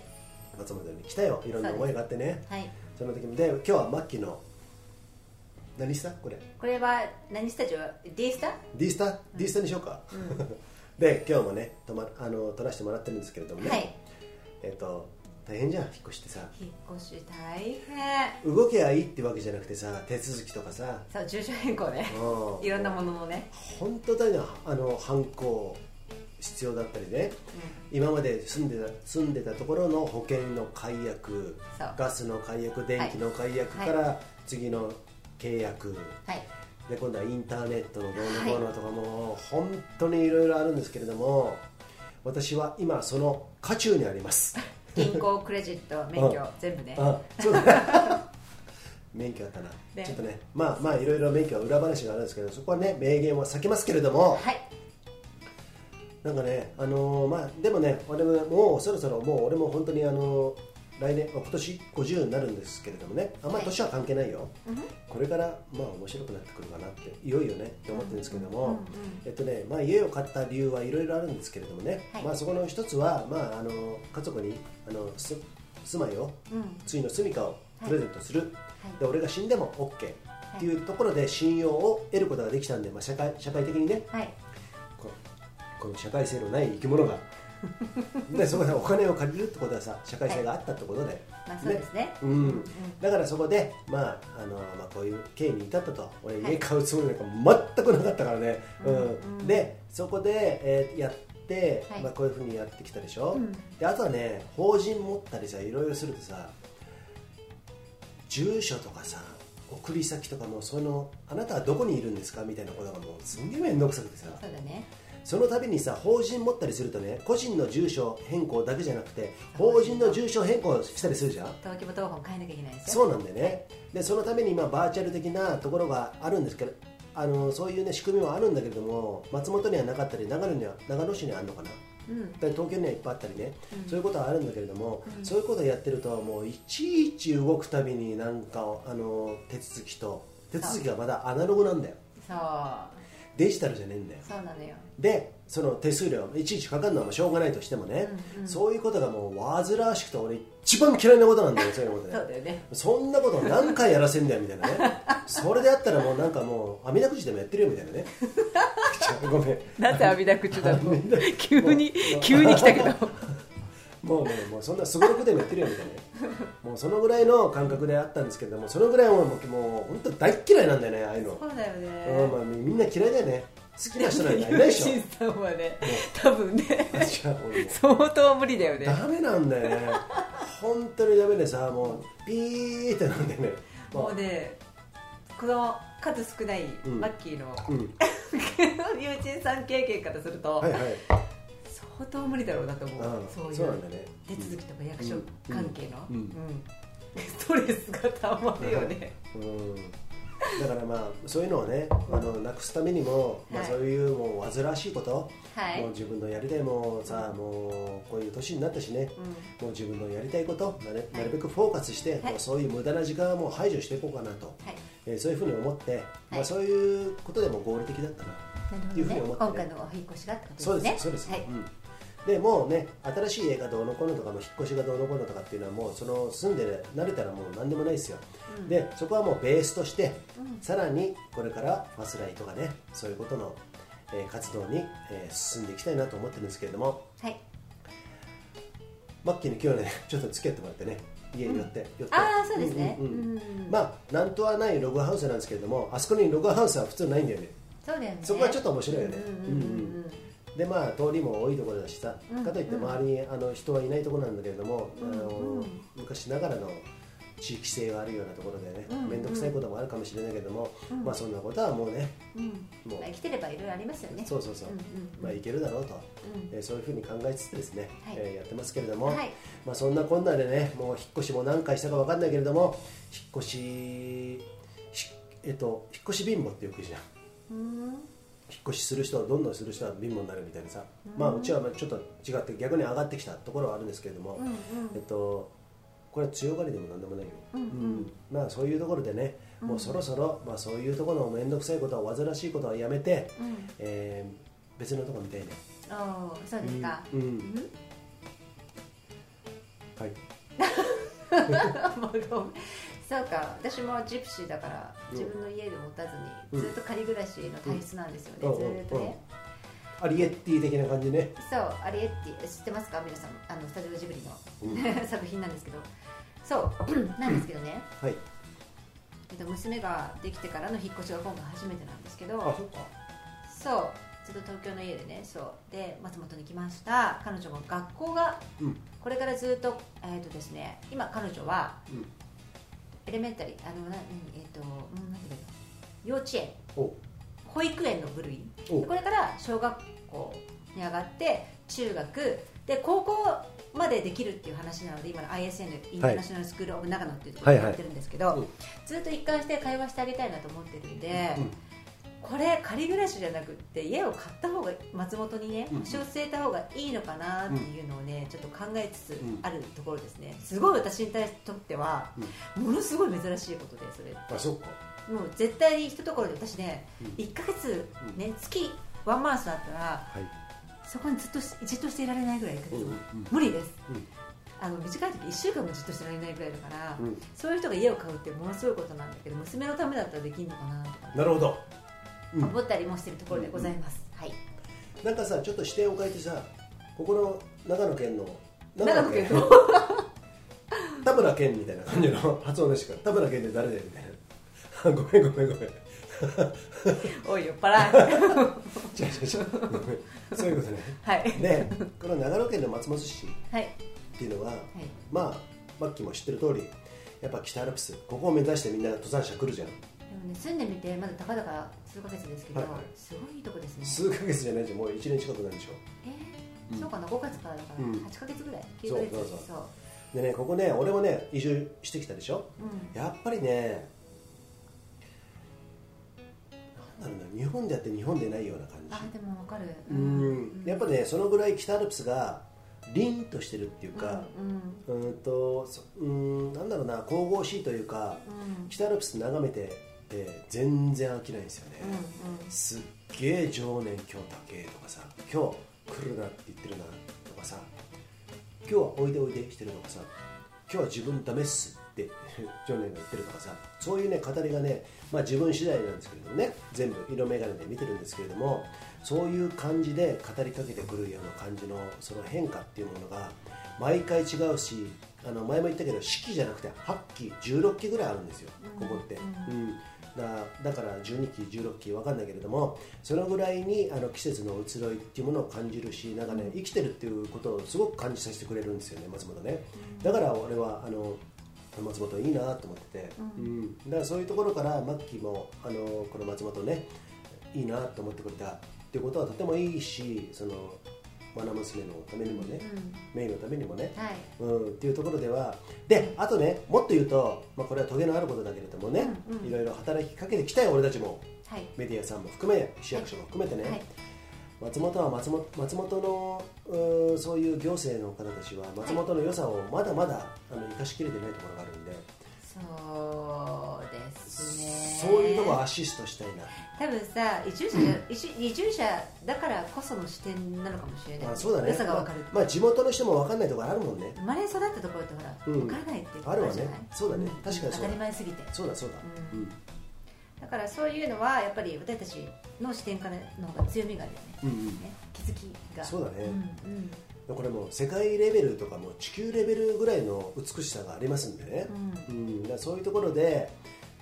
[SPEAKER 1] 松本に来たよいろんな思いがあってね
[SPEAKER 2] はい
[SPEAKER 1] その時もで今日はマッキーの何したこれ
[SPEAKER 2] これは何スタジオ D スタ
[SPEAKER 1] D スタ D スタにしようか、 で今日もね泊まあの撮らせてもらってるんですけれどもね、
[SPEAKER 2] はい
[SPEAKER 1] えっと大変じゃん引っ越しってさ
[SPEAKER 2] 引っ越し大変
[SPEAKER 1] 動けばいいってわけじゃなくてさ手続きとかさ
[SPEAKER 2] そう住所変更ね
[SPEAKER 1] うん
[SPEAKER 2] いろんなもののね
[SPEAKER 1] 本当だよあの犯行必要だったりね、今まで住んでた住んでたところの保険の解約
[SPEAKER 2] そう
[SPEAKER 1] ガスの解約電気の解約
[SPEAKER 2] は
[SPEAKER 1] か
[SPEAKER 2] い
[SPEAKER 1] ら次の契約、
[SPEAKER 2] はい
[SPEAKER 1] で今度はインターネットのどうのこうのとかも、本当にいろいろあるんですけれども私は今その渦中にあります
[SPEAKER 2] 銀行クレジット免許
[SPEAKER 1] うん
[SPEAKER 2] 全部ね
[SPEAKER 1] あそうだ 免許あったな、
[SPEAKER 2] ね
[SPEAKER 1] ちょっとねまあまあいろいろ免許は裏話があるんですけどそこはね名言は避けますけれども、
[SPEAKER 2] はい
[SPEAKER 1] なんかねあのーまあでもね俺ももうそろそろもう俺も本当にあのー来年、まあ今年50になるんですけれどもねあんまり年は関係ないよ、
[SPEAKER 2] うんうん
[SPEAKER 1] これからまあ面白くなってくるかなっていよいよねって思ってるんですけども、
[SPEAKER 2] うんうん
[SPEAKER 1] えっとねまあ、家を買った理由はいろいろあるんですけれどもね、
[SPEAKER 2] はい
[SPEAKER 1] まあ、そこの一つは、まあ、あの家族にあのす住まいを
[SPEAKER 2] うんは
[SPEAKER 1] 次の住みかをプレゼントする、
[SPEAKER 2] い
[SPEAKER 1] で俺が死んでも OK っていうところで信用を得ることができたんで、まあ、社会社会的にね
[SPEAKER 2] はい
[SPEAKER 1] ここの社会性のない生き物 がでそこでお金を借りるってことはさ社会性があったってことで、
[SPEAKER 2] まあそうですね
[SPEAKER 1] うん
[SPEAKER 2] うん
[SPEAKER 1] だからそこで、まああのまあ、こういう経緯に至ったと俺
[SPEAKER 2] はい
[SPEAKER 1] 家買うつもりなんか全くなかったからね、うん
[SPEAKER 2] うんうん
[SPEAKER 1] でそこで、えーやって、
[SPEAKER 2] はい
[SPEAKER 1] まあ、こういうふうにやってきたでしょ、
[SPEAKER 2] うん
[SPEAKER 1] であとはね法人持ったりさいろいろするとさ住所とかさ送り先とかもそのあなたはどこにいるんですかみたいなことがもうすんげえ面倒くさくてさ
[SPEAKER 2] そうだね
[SPEAKER 1] その度にさ法人持ったりするとね個人の住所変更だけじゃなくて法人の住所変更したりするじゃん
[SPEAKER 2] 登記簿謄本変えなきゃいけないです
[SPEAKER 1] そ
[SPEAKER 2] よ
[SPEAKER 1] うなんだよねでそのために今バーチャル的なところがあるんですけどあのそういう、ね、仕組みはあるんだけれども松本にはなかったり長野には長野市にはあるのかな
[SPEAKER 2] う、ん、
[SPEAKER 1] だから東京にはいっぱいあったりね、
[SPEAKER 2] うん
[SPEAKER 1] そういうことはあるんだけれども、
[SPEAKER 2] うん
[SPEAKER 1] そういうことをやってるともういちいち動くたびになんかあの手続きと手続きがまだアナログなんだよ
[SPEAKER 2] そう
[SPEAKER 1] デジタルじゃねえんだよ
[SPEAKER 2] そうなのよ
[SPEAKER 1] でその手数料いちいちかかるのはまあしょうがないとしてもね、
[SPEAKER 2] うんうん
[SPEAKER 1] そういうことがもう煩わしくて俺一番嫌いなことなんだよそういうこと
[SPEAKER 2] そう
[SPEAKER 1] ね
[SPEAKER 2] だよね
[SPEAKER 1] そんなこと何回やらせんだよみたいなね それであったらもうなんかもうあみだくじでもやってるよみたいなね ごめん
[SPEAKER 2] なぜ阿弥陀口だと急に
[SPEAKER 1] もう
[SPEAKER 2] 急に来たけど
[SPEAKER 1] もうもうもうそんなすごろくでもやってるよみたいなねもうそのぐらいの感覚であったんですけどもそのぐらいはもうもう本当大っ嫌いなんだよねああいうの、
[SPEAKER 2] そうだよね
[SPEAKER 1] うんまあ、みみんな嫌いだよね好きな人なんかいない
[SPEAKER 2] ユ
[SPEAKER 1] で
[SPEAKER 2] ー
[SPEAKER 1] しょ
[SPEAKER 2] シンさんはね多分ね
[SPEAKER 1] あ じゃあ俺もう
[SPEAKER 2] 相当無理だよね
[SPEAKER 1] ダメなんだよ ね本当にダメでさもうピーってなんでね
[SPEAKER 2] もうねこの数少ない
[SPEAKER 1] うん
[SPEAKER 2] マッキーの
[SPEAKER 1] うん
[SPEAKER 2] ユーチンさん経験からすると
[SPEAKER 1] はいはい
[SPEAKER 2] 相当無理だろうなと思う
[SPEAKER 1] そ
[SPEAKER 2] そううい
[SPEAKER 1] そうな
[SPEAKER 2] うん
[SPEAKER 1] だね
[SPEAKER 2] 手続きとか役所関係の
[SPEAKER 1] うんうん
[SPEAKER 2] うん ストレスがたまるよね
[SPEAKER 1] うんだからまあそういうのをねあのなくすためにも、まあ、
[SPEAKER 2] はい
[SPEAKER 1] そういうもう煩わしいこと、
[SPEAKER 2] はい
[SPEAKER 1] もう自分のやりたいもうさもうこういう年になったしね
[SPEAKER 2] う
[SPEAKER 1] も
[SPEAKER 2] ん
[SPEAKER 1] う自分のやりたいことな,、ね、
[SPEAKER 2] はい
[SPEAKER 1] なるべくフォーカスして、
[SPEAKER 2] はい
[SPEAKER 1] もうそういう無駄な時間はもう排除していこうかなと、
[SPEAKER 2] はい
[SPEAKER 1] えーそういうふうに思って、ま
[SPEAKER 2] は
[SPEAKER 1] あ、
[SPEAKER 2] い
[SPEAKER 1] そういうことでも合理的だったな、
[SPEAKER 2] な
[SPEAKER 1] ってい
[SPEAKER 2] る
[SPEAKER 1] うふう
[SPEAKER 2] ほ
[SPEAKER 1] に
[SPEAKER 2] ど
[SPEAKER 1] 思って
[SPEAKER 2] ね
[SPEAKER 1] ね
[SPEAKER 2] 今回のお引っ越しがってこと
[SPEAKER 1] そう
[SPEAKER 2] です
[SPEAKER 1] で
[SPEAKER 2] ね
[SPEAKER 1] すそうです、
[SPEAKER 2] はい
[SPEAKER 1] うんでもうね新しい映画どうのこうのとかも引っ越しがどうのこうのとかっていうのはもうその住んで慣れたらもう何でもないですよ、
[SPEAKER 2] うん
[SPEAKER 1] でそこはもうベースとして、
[SPEAKER 2] うん
[SPEAKER 1] さらにこれからファスライとかねそういうことの、えー活動に、えー進んでいきたいなと思ってるんですけれども
[SPEAKER 2] はい
[SPEAKER 1] マッキーに今日ね ちょっと付き合ってもらってね家に寄って、寄って
[SPEAKER 2] ああそうですね
[SPEAKER 1] うんうんうん
[SPEAKER 2] うん
[SPEAKER 1] まあなんとはないログハウスなんですけれどもあそこにログハウスは普通ないんだよね
[SPEAKER 2] そうだよね
[SPEAKER 1] そこはちょっと面白いよね
[SPEAKER 2] うんうんうんうん
[SPEAKER 1] でまあ通りも多いところだしさ、
[SPEAKER 2] うん
[SPEAKER 1] かといって周りにあの人はいないところなんだけれども、
[SPEAKER 2] うん
[SPEAKER 1] あの
[SPEAKER 2] うん
[SPEAKER 1] 昔ながらの地域性があるようなところでね
[SPEAKER 2] うんうん
[SPEAKER 1] 面倒、くさいこともあるかもしれないけれども、
[SPEAKER 2] うん
[SPEAKER 1] まあそんなことはもうね、
[SPEAKER 2] うん
[SPEAKER 1] もう
[SPEAKER 2] まあ生きてればいろいろありますよね
[SPEAKER 1] そうそうそう、
[SPEAKER 2] うんうんうん
[SPEAKER 1] まあいけるだろうと、
[SPEAKER 2] うん
[SPEAKER 1] えーそういうふうに考えつつですね、
[SPEAKER 2] はい
[SPEAKER 1] えーやってますけれども、
[SPEAKER 2] はい
[SPEAKER 1] まあそんなこんなでねもう引っ越しも何回したかわかんないけれども引っ越しひえっと引っ越し貧乏ってよく言うじゃん
[SPEAKER 2] うん
[SPEAKER 1] 引っ越しする人はどんどんする人は貧乏になるみたいなさ、まあうちはまあちょっと違って逆に上がってきたところはあるんですけれども、
[SPEAKER 2] うんうん
[SPEAKER 1] えっとこれは強がりでもなんでもないよ、
[SPEAKER 2] うんうん
[SPEAKER 1] まあそういうところでねもうそろそろ、まあ、そういうところの面倒くさいことは煩わしいことはやめて、
[SPEAKER 2] うん
[SPEAKER 1] えー別のところ見たいね
[SPEAKER 2] ああそうですか
[SPEAKER 1] うんう
[SPEAKER 2] うんん
[SPEAKER 1] はい
[SPEAKER 2] もうごめんそうか私もジプシーだから
[SPEAKER 1] うん
[SPEAKER 2] 自分の家で持たず
[SPEAKER 1] うん
[SPEAKER 2] にずっと仮暮らしの体質なんですよね、
[SPEAKER 1] うん
[SPEAKER 2] ずーっとね、
[SPEAKER 1] アリエッティ的な感じね、
[SPEAKER 2] そうアリエッティ知ってますか皆さんあのスタジオジブリ
[SPEAKER 1] うん
[SPEAKER 2] の、 作品なんですけどそう なんですけどね、
[SPEAKER 1] はい
[SPEAKER 2] えっと、娘ができてからの引っ越しが今回初めてなんですけど
[SPEAKER 1] あそっか
[SPEAKER 2] そうずっと東京の家でねそうで松本に来ました彼女も学校が
[SPEAKER 1] うん
[SPEAKER 2] これからずっと,、えーとですね、今彼女は、
[SPEAKER 1] うん
[SPEAKER 2] エレメンタリーあのな何えっ、と、うん、なんて言えばいいの幼稚園
[SPEAKER 1] お
[SPEAKER 2] 保育園の部類
[SPEAKER 1] お
[SPEAKER 2] これから小学校に上がって中学で高校までできるっていう話なので今の ISN インターナショナルスクール・オブ・長野っていうところでやってるんですけど、
[SPEAKER 1] はいはいうん
[SPEAKER 2] ずっと一貫して会話してあげたいなと思ってるんで、
[SPEAKER 1] うん
[SPEAKER 2] これ仮暮らしじゃなくって家を買った方が松本にね
[SPEAKER 1] うんうん
[SPEAKER 2] 腰を据えた方がいいのかなっていうのをね、ちょっと考えつつ
[SPEAKER 1] うん
[SPEAKER 2] あるところですねすごい私に対してとっては、ものすごい珍しいことでそれ
[SPEAKER 1] あそっか
[SPEAKER 2] もう絶対に一ところで私ね、
[SPEAKER 1] うん
[SPEAKER 2] 1ヶ月
[SPEAKER 1] うん
[SPEAKER 2] ね月ワンマンスだったら
[SPEAKER 1] はい
[SPEAKER 2] そこにずっとしじっとしていられないぐらい1ヶ月も、
[SPEAKER 1] うんうんうん
[SPEAKER 2] 無理です、
[SPEAKER 1] うん
[SPEAKER 2] あの短い時1週間もじっとしてられないぐらいだから、
[SPEAKER 1] うん
[SPEAKER 2] そういう人が家を買うってものすごいことなんだけど娘のためだったらできるのかなとか
[SPEAKER 1] なるほど、うん
[SPEAKER 2] 思ったりもしてるところでございます、はい
[SPEAKER 1] なんかさちょっと視点を変えてさここの長野県の
[SPEAKER 2] 長野県の
[SPEAKER 1] 田村健みたいな感じの発音でしか田村健って誰だよみたいな ごめんごめんごめん違
[SPEAKER 2] おい酔っ 払
[SPEAKER 1] う
[SPEAKER 2] い
[SPEAKER 1] 違う違うごめんそういうことね
[SPEAKER 2] はい
[SPEAKER 1] でこの長野県の松本市っ
[SPEAKER 2] はい
[SPEAKER 1] ていうのは、
[SPEAKER 2] はい
[SPEAKER 1] まあマッキーも知ってる通りやっぱ北アルプスここを目指してみんな登山者来るじゃん
[SPEAKER 2] でもね住んでみてまだたかだか数ヶ月ですけど、
[SPEAKER 1] はいはい
[SPEAKER 2] すごいいいとこですね
[SPEAKER 1] 数ヶ月じゃないじゃんもう1年近くなるでしょ
[SPEAKER 2] えー
[SPEAKER 1] うん
[SPEAKER 2] そうかな5月からだか
[SPEAKER 1] うん
[SPEAKER 2] ら8ヶ月ぐらい9
[SPEAKER 1] そう
[SPEAKER 2] ヶ月
[SPEAKER 1] そうそう
[SPEAKER 2] そ
[SPEAKER 1] で
[SPEAKER 2] う
[SPEAKER 1] ねここね俺もね移住してきたでしょ
[SPEAKER 2] うん
[SPEAKER 1] やっぱりねなんだろうな日本であって日本でないような感
[SPEAKER 2] あ
[SPEAKER 1] じ
[SPEAKER 2] でもわかる
[SPEAKER 1] うんやっぱねそのぐらい北アルプスが凛としてるっていうか、
[SPEAKER 2] うんうん
[SPEAKER 1] うーんとそうんなんだろうな神々しいというか
[SPEAKER 2] うん
[SPEAKER 1] 北アルプス眺めてて全然飽きないんですよね、
[SPEAKER 2] うん
[SPEAKER 1] すっげえ情念今日高えとかさ今日来るなって言ってるなとかさ今日はおいでおいでしてるとかさ今日は自分ダメっすって 情念が言ってるとかさそういうね語りがね、まあ、自分次第なんですけれどもね全部色眼鏡で見てるんですけれどもそういう感じで語りかけてくるような感じのその変化っていうものが毎回違うしあの前も言ったけど四季じゃなくて8期16期ぐらいあるんですよここって。うん、だだから12期16期わかんないけれどもそのぐらいにあの季節の移ろいっていうものを感じるしなんかね生きてるっていうことをすごく感じさせてくれるんですよね松本ねだから俺はあの松本いいなと思ってて、うんだからそういうところからマッキーもあのこの松本ねいいなと思ってくれたっていうことはとてもいいしその愛娘のためにもね、メイのためにもね、
[SPEAKER 2] うんはい
[SPEAKER 1] うん、っていうところではであとねもっと言うと、まあ、これはトゲのあることだけれどもね、
[SPEAKER 2] うんうん
[SPEAKER 1] いろいろ働きかけてきたよ俺たちも
[SPEAKER 2] はい
[SPEAKER 1] メディアさんも含め市役所も含めてね、
[SPEAKER 2] はい
[SPEAKER 1] 松本は松本松本のうんそういう行政の方たちは松本の良さをまだまだ、あの生かしきれてないところがあるんで、
[SPEAKER 2] そうです
[SPEAKER 1] そ
[SPEAKER 2] ね
[SPEAKER 1] ういうところをアシストしたいな、
[SPEAKER 2] 多分さ移住者じゃ移住移住者だからこその視点なのかもしれない
[SPEAKER 1] あ、そうだね
[SPEAKER 2] 良さがわかる
[SPEAKER 1] まあまあ、地元の人も分かんないところあるもんね
[SPEAKER 2] 生まれ育ったところってほら
[SPEAKER 1] うん
[SPEAKER 2] 分からないっていう
[SPEAKER 1] あるわ
[SPEAKER 2] じゃ
[SPEAKER 1] ね
[SPEAKER 2] ない
[SPEAKER 1] そうだね
[SPEAKER 2] ん
[SPEAKER 1] 確かにそう
[SPEAKER 2] 当た
[SPEAKER 1] だ
[SPEAKER 2] り前すぎて
[SPEAKER 1] そうだそうだ、
[SPEAKER 2] うん
[SPEAKER 1] うん
[SPEAKER 2] だからそういうのはやっぱり私たちの視点からの方が強みがあるよね,、
[SPEAKER 1] うんうん
[SPEAKER 2] ね気づきが
[SPEAKER 1] そうだね
[SPEAKER 2] うんうん
[SPEAKER 1] これもう世界レベルとかもう地球レベルぐらいの美しさがありますんでね、うんだからそういうところで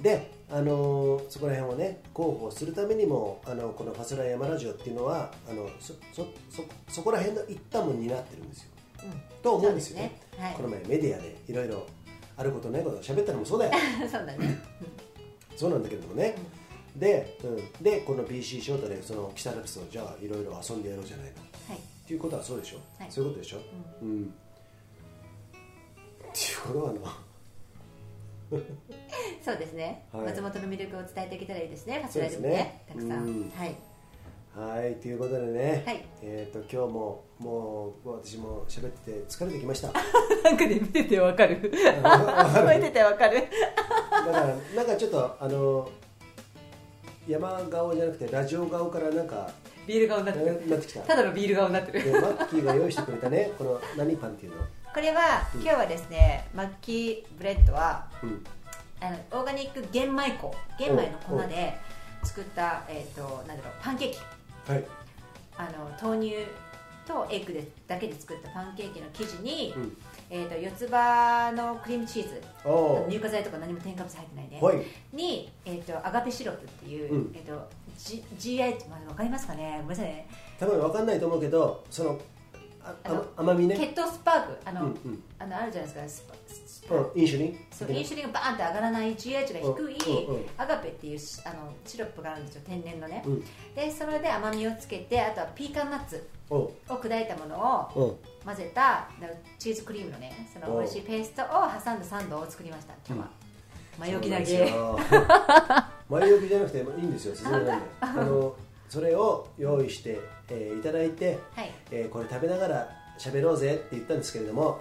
[SPEAKER 1] で、あのーそこら辺をね広報するためにもあのこの「ファスラー山ラジオ」っていうのはあのそそそそこら辺の一端も担ってるんですよ
[SPEAKER 2] うん
[SPEAKER 1] と思うんですよね
[SPEAKER 2] そうですねはい
[SPEAKER 1] この前メディアでいろいろあることないこと喋ったのもそうだよ
[SPEAKER 2] そうだね
[SPEAKER 1] そうなんだけどもね、で、うん、でこの BC ショートでその北アルプスをじゃあいろいろ遊んでやろうじゃないの
[SPEAKER 2] はい
[SPEAKER 1] っていうことはそうでしょ、
[SPEAKER 2] はい
[SPEAKER 1] そういうことでしょ、うんっていうことはな
[SPEAKER 2] そうですね、
[SPEAKER 1] はい
[SPEAKER 2] 松本の魅力を伝えていけたらいいですねファスライでも
[SPEAKER 1] そう
[SPEAKER 2] ね
[SPEAKER 1] で
[SPEAKER 2] た
[SPEAKER 1] す
[SPEAKER 2] く
[SPEAKER 1] ね
[SPEAKER 2] さん、
[SPEAKER 1] うん
[SPEAKER 2] はい
[SPEAKER 1] はいということでね、
[SPEAKER 2] はい
[SPEAKER 1] えっ、と今日ももう私も喋ってて疲れてきましただか
[SPEAKER 2] なんかね見ててわかる 見ててわかる
[SPEAKER 1] ら なんかちょっとあの山顔じゃなくてラジオ顔からなん か
[SPEAKER 2] ビール顔にな
[SPEAKER 1] な
[SPEAKER 2] っ
[SPEAKER 1] な
[SPEAKER 2] てる
[SPEAKER 1] ってきた
[SPEAKER 2] ただのビール顔になってる
[SPEAKER 1] でマッキーが用意してくれた ねこの何パンっていうの
[SPEAKER 2] これは今日はですね、マッキーブレッドは
[SPEAKER 1] うん
[SPEAKER 2] あのオーガニック玄米粉玄米の粉で作った、えー、となんだろうパンケーキ
[SPEAKER 1] はい
[SPEAKER 2] あの豆乳とエッグでだけで作ったパンケーキの生地に、
[SPEAKER 1] うん
[SPEAKER 2] えー、と四つ葉のクリームチーズ
[SPEAKER 1] おお
[SPEAKER 2] 乳化剤とか何も添加物入ってないね、
[SPEAKER 1] はい
[SPEAKER 2] に、えー、とアガペシロップっていう、
[SPEAKER 1] うん
[SPEAKER 2] えー、と G- GI まあ、わかりますかねごめんなさいね
[SPEAKER 1] 多分わかんないと思うけどそのあ
[SPEAKER 2] あの
[SPEAKER 1] 甘みね
[SPEAKER 2] 血糖スパークあ
[SPEAKER 1] う
[SPEAKER 2] の、
[SPEAKER 1] んうん
[SPEAKER 2] あのあるじゃないですかスパスパ
[SPEAKER 1] うん飲酒に
[SPEAKER 2] そうインシュリンがバーンって上がらない GI 値が低い
[SPEAKER 1] うんうんうん
[SPEAKER 2] アガペっていうしあのシロップがあるんですよ天然のね、
[SPEAKER 1] うん
[SPEAKER 2] でそれで甘みをつけてあとはピーカンナッツ
[SPEAKER 1] おう
[SPEAKER 2] を砕いたものを
[SPEAKER 1] おう
[SPEAKER 2] 混ぜたなチーズクリームのねそ
[SPEAKER 1] お
[SPEAKER 2] の美味しいペーストを挟んだサンドを作りました今日
[SPEAKER 1] う
[SPEAKER 2] は、
[SPEAKER 1] ん
[SPEAKER 2] まあよきな
[SPEAKER 1] そう
[SPEAKER 2] げ
[SPEAKER 1] なんですよ前置きじゃなくていいんですよ 進めなんであのそれを用意して、えーいただいて、
[SPEAKER 2] はい
[SPEAKER 1] えーこれ食べながら喋ろうぜって言ったんですけれども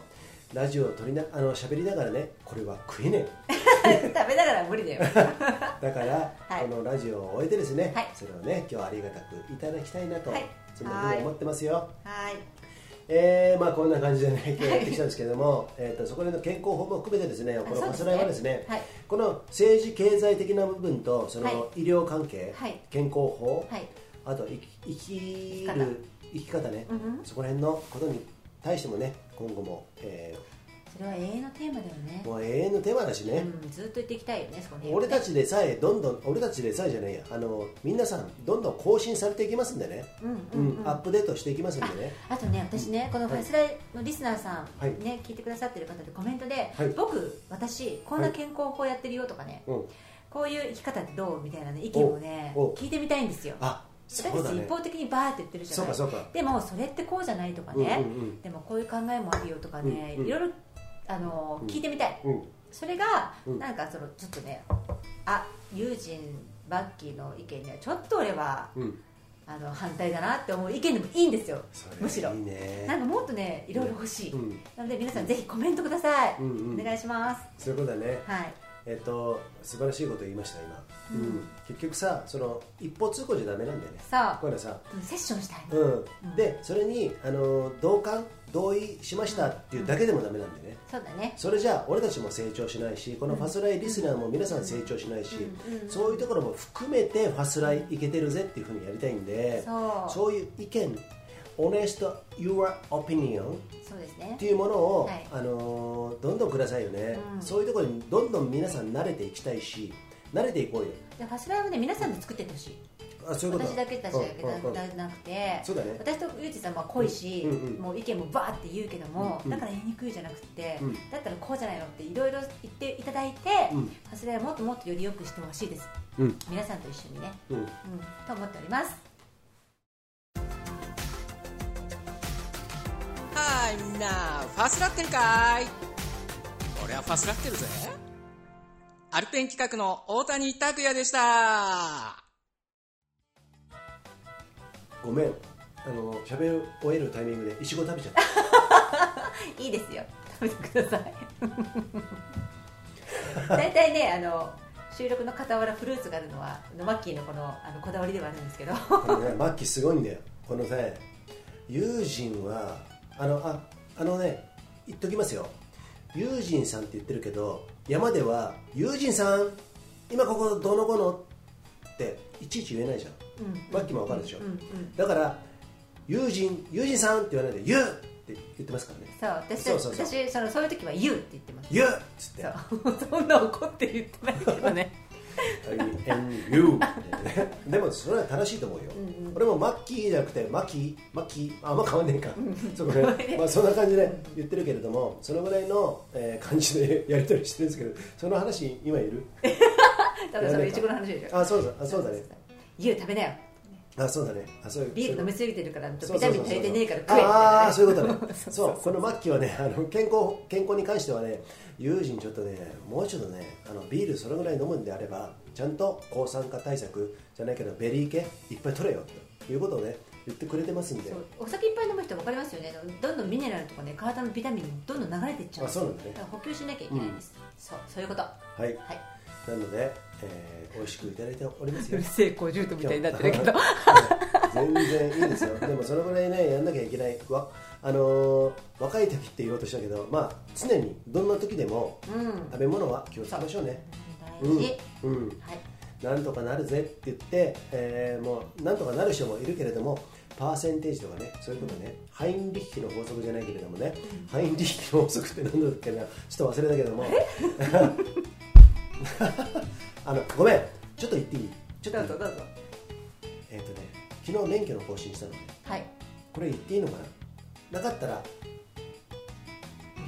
[SPEAKER 1] ラジオを撮りなあの喋りながらねこれは食えね え
[SPEAKER 2] 食べながら無理だよ
[SPEAKER 1] だから、
[SPEAKER 2] はい
[SPEAKER 1] このラジオを終えてですね、
[SPEAKER 2] はい
[SPEAKER 1] それをね今日はありがたくいただきたいなと、
[SPEAKER 2] はい
[SPEAKER 1] そんなふうに思ってますよ、
[SPEAKER 2] はい
[SPEAKER 1] えーまあ、こんな感じでね今日やってきたんですけれども、えー、とそこら辺の健康法も含めてですねこの
[SPEAKER 2] そう
[SPEAKER 1] ファ
[SPEAKER 2] です
[SPEAKER 1] ス
[SPEAKER 2] ね
[SPEAKER 1] ライはですね
[SPEAKER 2] はい
[SPEAKER 1] この政治経済的な部分とそ
[SPEAKER 2] はい
[SPEAKER 1] の医療関係、
[SPEAKER 2] はい
[SPEAKER 1] 健康法、
[SPEAKER 2] はい
[SPEAKER 1] あと生き生き
[SPEAKER 2] 生き方
[SPEAKER 1] る生き方ね、
[SPEAKER 2] うんうん
[SPEAKER 1] そこら辺のことに対してもね今後も、え
[SPEAKER 2] それは永遠のテーマだよね
[SPEAKER 1] ーもう永遠の手放しね、
[SPEAKER 2] うん、ずっと言っていきたいよねそこね
[SPEAKER 1] 俺たちでさえどんどん俺たちでさえじゃないやあの皆さんどんどん更新されていきますんでね、
[SPEAKER 2] うん
[SPEAKER 1] う
[SPEAKER 2] うん
[SPEAKER 1] ん
[SPEAKER 2] うん
[SPEAKER 1] アップデートしていきますんでね
[SPEAKER 2] あとね私ねこのファスライのリスナーさん、
[SPEAKER 1] はい
[SPEAKER 2] ね聞いてくださってる方でコメントで、
[SPEAKER 1] はい
[SPEAKER 2] 僕私こんな健康法やってるよとかね、
[SPEAKER 1] うん
[SPEAKER 2] こういう生き方ってどうみたいなね意見をね
[SPEAKER 1] おお
[SPEAKER 2] 聞いてみたいんですよ
[SPEAKER 1] あ
[SPEAKER 2] だ
[SPEAKER 1] そうだ
[SPEAKER 2] って
[SPEAKER 1] ね
[SPEAKER 2] 一方的にバーって言ってるじゃ
[SPEAKER 1] そ
[SPEAKER 2] な
[SPEAKER 1] う
[SPEAKER 2] い
[SPEAKER 1] かそうか
[SPEAKER 2] でもそれってこうじゃないとかね、
[SPEAKER 1] うんうんうん
[SPEAKER 2] でもこういう考えもあるよとかね、
[SPEAKER 1] うんうん
[SPEAKER 2] いろいろあのー
[SPEAKER 1] うん
[SPEAKER 2] 聞いてみたい
[SPEAKER 1] うん
[SPEAKER 2] それが、
[SPEAKER 1] うん
[SPEAKER 2] なんかそのちょっとねあ友人バッキーの意見にはちょっと俺は
[SPEAKER 1] うん
[SPEAKER 2] あの反対だなって思う意見でもいいんですよ
[SPEAKER 1] そ
[SPEAKER 2] むしろ
[SPEAKER 1] いい
[SPEAKER 2] な
[SPEAKER 1] ね
[SPEAKER 2] んかもっとねいろいろ欲しい、
[SPEAKER 1] うん
[SPEAKER 2] なので皆さんぜひコメントください、
[SPEAKER 1] うんうん
[SPEAKER 2] お願いします
[SPEAKER 1] そういうことだね
[SPEAKER 2] はい
[SPEAKER 1] えっと素晴らしいこと言いました今、
[SPEAKER 2] う
[SPEAKER 1] うんん結局さその一方通行じゃダメなんだよね
[SPEAKER 2] さ
[SPEAKER 1] これはさ
[SPEAKER 2] あセッションしたいの、
[SPEAKER 1] うん、でそれにあの同感同意しましたっていうだけでもダメなんでね、
[SPEAKER 2] そうだね
[SPEAKER 1] それじゃあ俺たちも成長しないしこのファスライリスナーも皆さん成長しないし、
[SPEAKER 2] うんうん
[SPEAKER 1] そういうところも含めてファスライいけてるぜっていうふうにやりたいんで
[SPEAKER 2] そう
[SPEAKER 1] そういう意見 Honest Your Opinion
[SPEAKER 2] そうですね
[SPEAKER 1] っていうものを、
[SPEAKER 2] はい
[SPEAKER 1] あのーどんどんくださいよね、
[SPEAKER 2] うん
[SPEAKER 1] そういうところにどんどん皆さん慣れていきたいし慣れていこうよ
[SPEAKER 2] でファスライはね皆さんで作ってってほしい
[SPEAKER 1] あそういうこと
[SPEAKER 2] 私だけたちだけ
[SPEAKER 1] うんうんうん
[SPEAKER 2] じゃなくて
[SPEAKER 1] そうだね
[SPEAKER 2] 私とユージさんは濃いし、
[SPEAKER 1] うんうんうん
[SPEAKER 2] もう意見もバーって言うけども、
[SPEAKER 1] うんうん
[SPEAKER 2] だから言いにくいじゃなくて、
[SPEAKER 1] うん
[SPEAKER 2] だったらこうじゃないのっていろいろ言っていただいて、
[SPEAKER 1] うん
[SPEAKER 2] ファスライはもっともっとより良くしてほしいです
[SPEAKER 1] うん
[SPEAKER 2] 皆さんと一緒にね、
[SPEAKER 1] うん
[SPEAKER 2] うん、と思っております
[SPEAKER 6] はいみんなファスラってるかーい俺はファスラってるぜアルペン企画の大谷拓也でした
[SPEAKER 1] ごめんあの喋り終えるタイミングでイチゴ食べちゃった
[SPEAKER 2] いいですよ食べてく ださい大体ねあの収録の傍らフルーツがあるのはあのマッキーのこのあのこだわりではあるんで すけど
[SPEAKER 1] このね、末期すごいんだよこのね友人はあのああのね言っときますよ友人さんって言ってるけど山では「友人さん今ここどの子の?」っていちいち言えないじゃん
[SPEAKER 2] うん
[SPEAKER 1] 末期もわかるでしょ、
[SPEAKER 2] うんうん
[SPEAKER 1] だから「友人友人さん」って言わないで「ゆう!」って言ってますからね
[SPEAKER 2] そう私
[SPEAKER 1] そうそうそう
[SPEAKER 2] 私そのそういう時は「言う」って言ってます
[SPEAKER 1] 「ゆう!」っつって
[SPEAKER 2] そうそんな怒って言ってないけどね
[SPEAKER 1] 「ゆう!」 でもそれは正しいと思うよ、俺もマッキーじゃなくてマキマキあんま変わんねえか、そ こね、まあ、そんな感じで言ってるけれどもそのぐらいの、えー感じでやり取りしてるんですけどその話今いる
[SPEAKER 2] ただそれいちごの話でしょ
[SPEAKER 1] あそうだあそうだね
[SPEAKER 2] 牛食べなよ
[SPEAKER 1] あそうだねあそういう
[SPEAKER 2] ビール飲み
[SPEAKER 1] そう
[SPEAKER 2] すぎてるから
[SPEAKER 1] そ
[SPEAKER 2] ビ
[SPEAKER 1] う
[SPEAKER 2] タ
[SPEAKER 1] そう
[SPEAKER 2] ミ
[SPEAKER 1] そう
[SPEAKER 2] ン足りてねえから食えみたいなね
[SPEAKER 1] ああそういうこと ねそうこのマッキーはねあの健康健康に関してはね友人ちょっとねもうちょっとねあのビールそれぐらい飲むんであればちゃんと抗酸化対策じゃないけどベリー系いっぱい取れよということをね言ってくれてますんで
[SPEAKER 2] そうお酒いっぱい飲む人分かりますよねどんどんミネラルとかね体のビタミンどんどん流れていっちゃう
[SPEAKER 1] あそうなんだね
[SPEAKER 2] から補給しなきゃいけないんです、そうそういうことは
[SPEAKER 1] はい
[SPEAKER 2] い
[SPEAKER 1] なので、えー美味しくいただいております
[SPEAKER 2] う
[SPEAKER 1] よ
[SPEAKER 2] るせえ小獣とみたいになってるけ ど
[SPEAKER 1] 全然いい ですよでもそのぐらいねやんなきゃいけないわあのー若い時って言おうとしたけどまあ常にどんな時でも
[SPEAKER 2] うん
[SPEAKER 1] 食べ物は気をつけましょうね
[SPEAKER 2] 大
[SPEAKER 1] うん
[SPEAKER 2] 事、、
[SPEAKER 1] うん、
[SPEAKER 2] はい
[SPEAKER 1] なんとかなるぜって言って、えーもうなんとかなる人もいるけれどもパーセンテージとかねそういうことね、ハインリッヒの法則じゃないけれどもね、ハインリッヒの法則って何だっけなちょっと忘れたけども あのごめんちょっと言っていいちょっと
[SPEAKER 2] ど
[SPEAKER 1] 言っ
[SPEAKER 2] う
[SPEAKER 1] ていいえ
[SPEAKER 2] ぞどうぞ
[SPEAKER 1] っ、とね昨日免許の更新したのね
[SPEAKER 2] はい
[SPEAKER 1] これ言っていいのかななかったら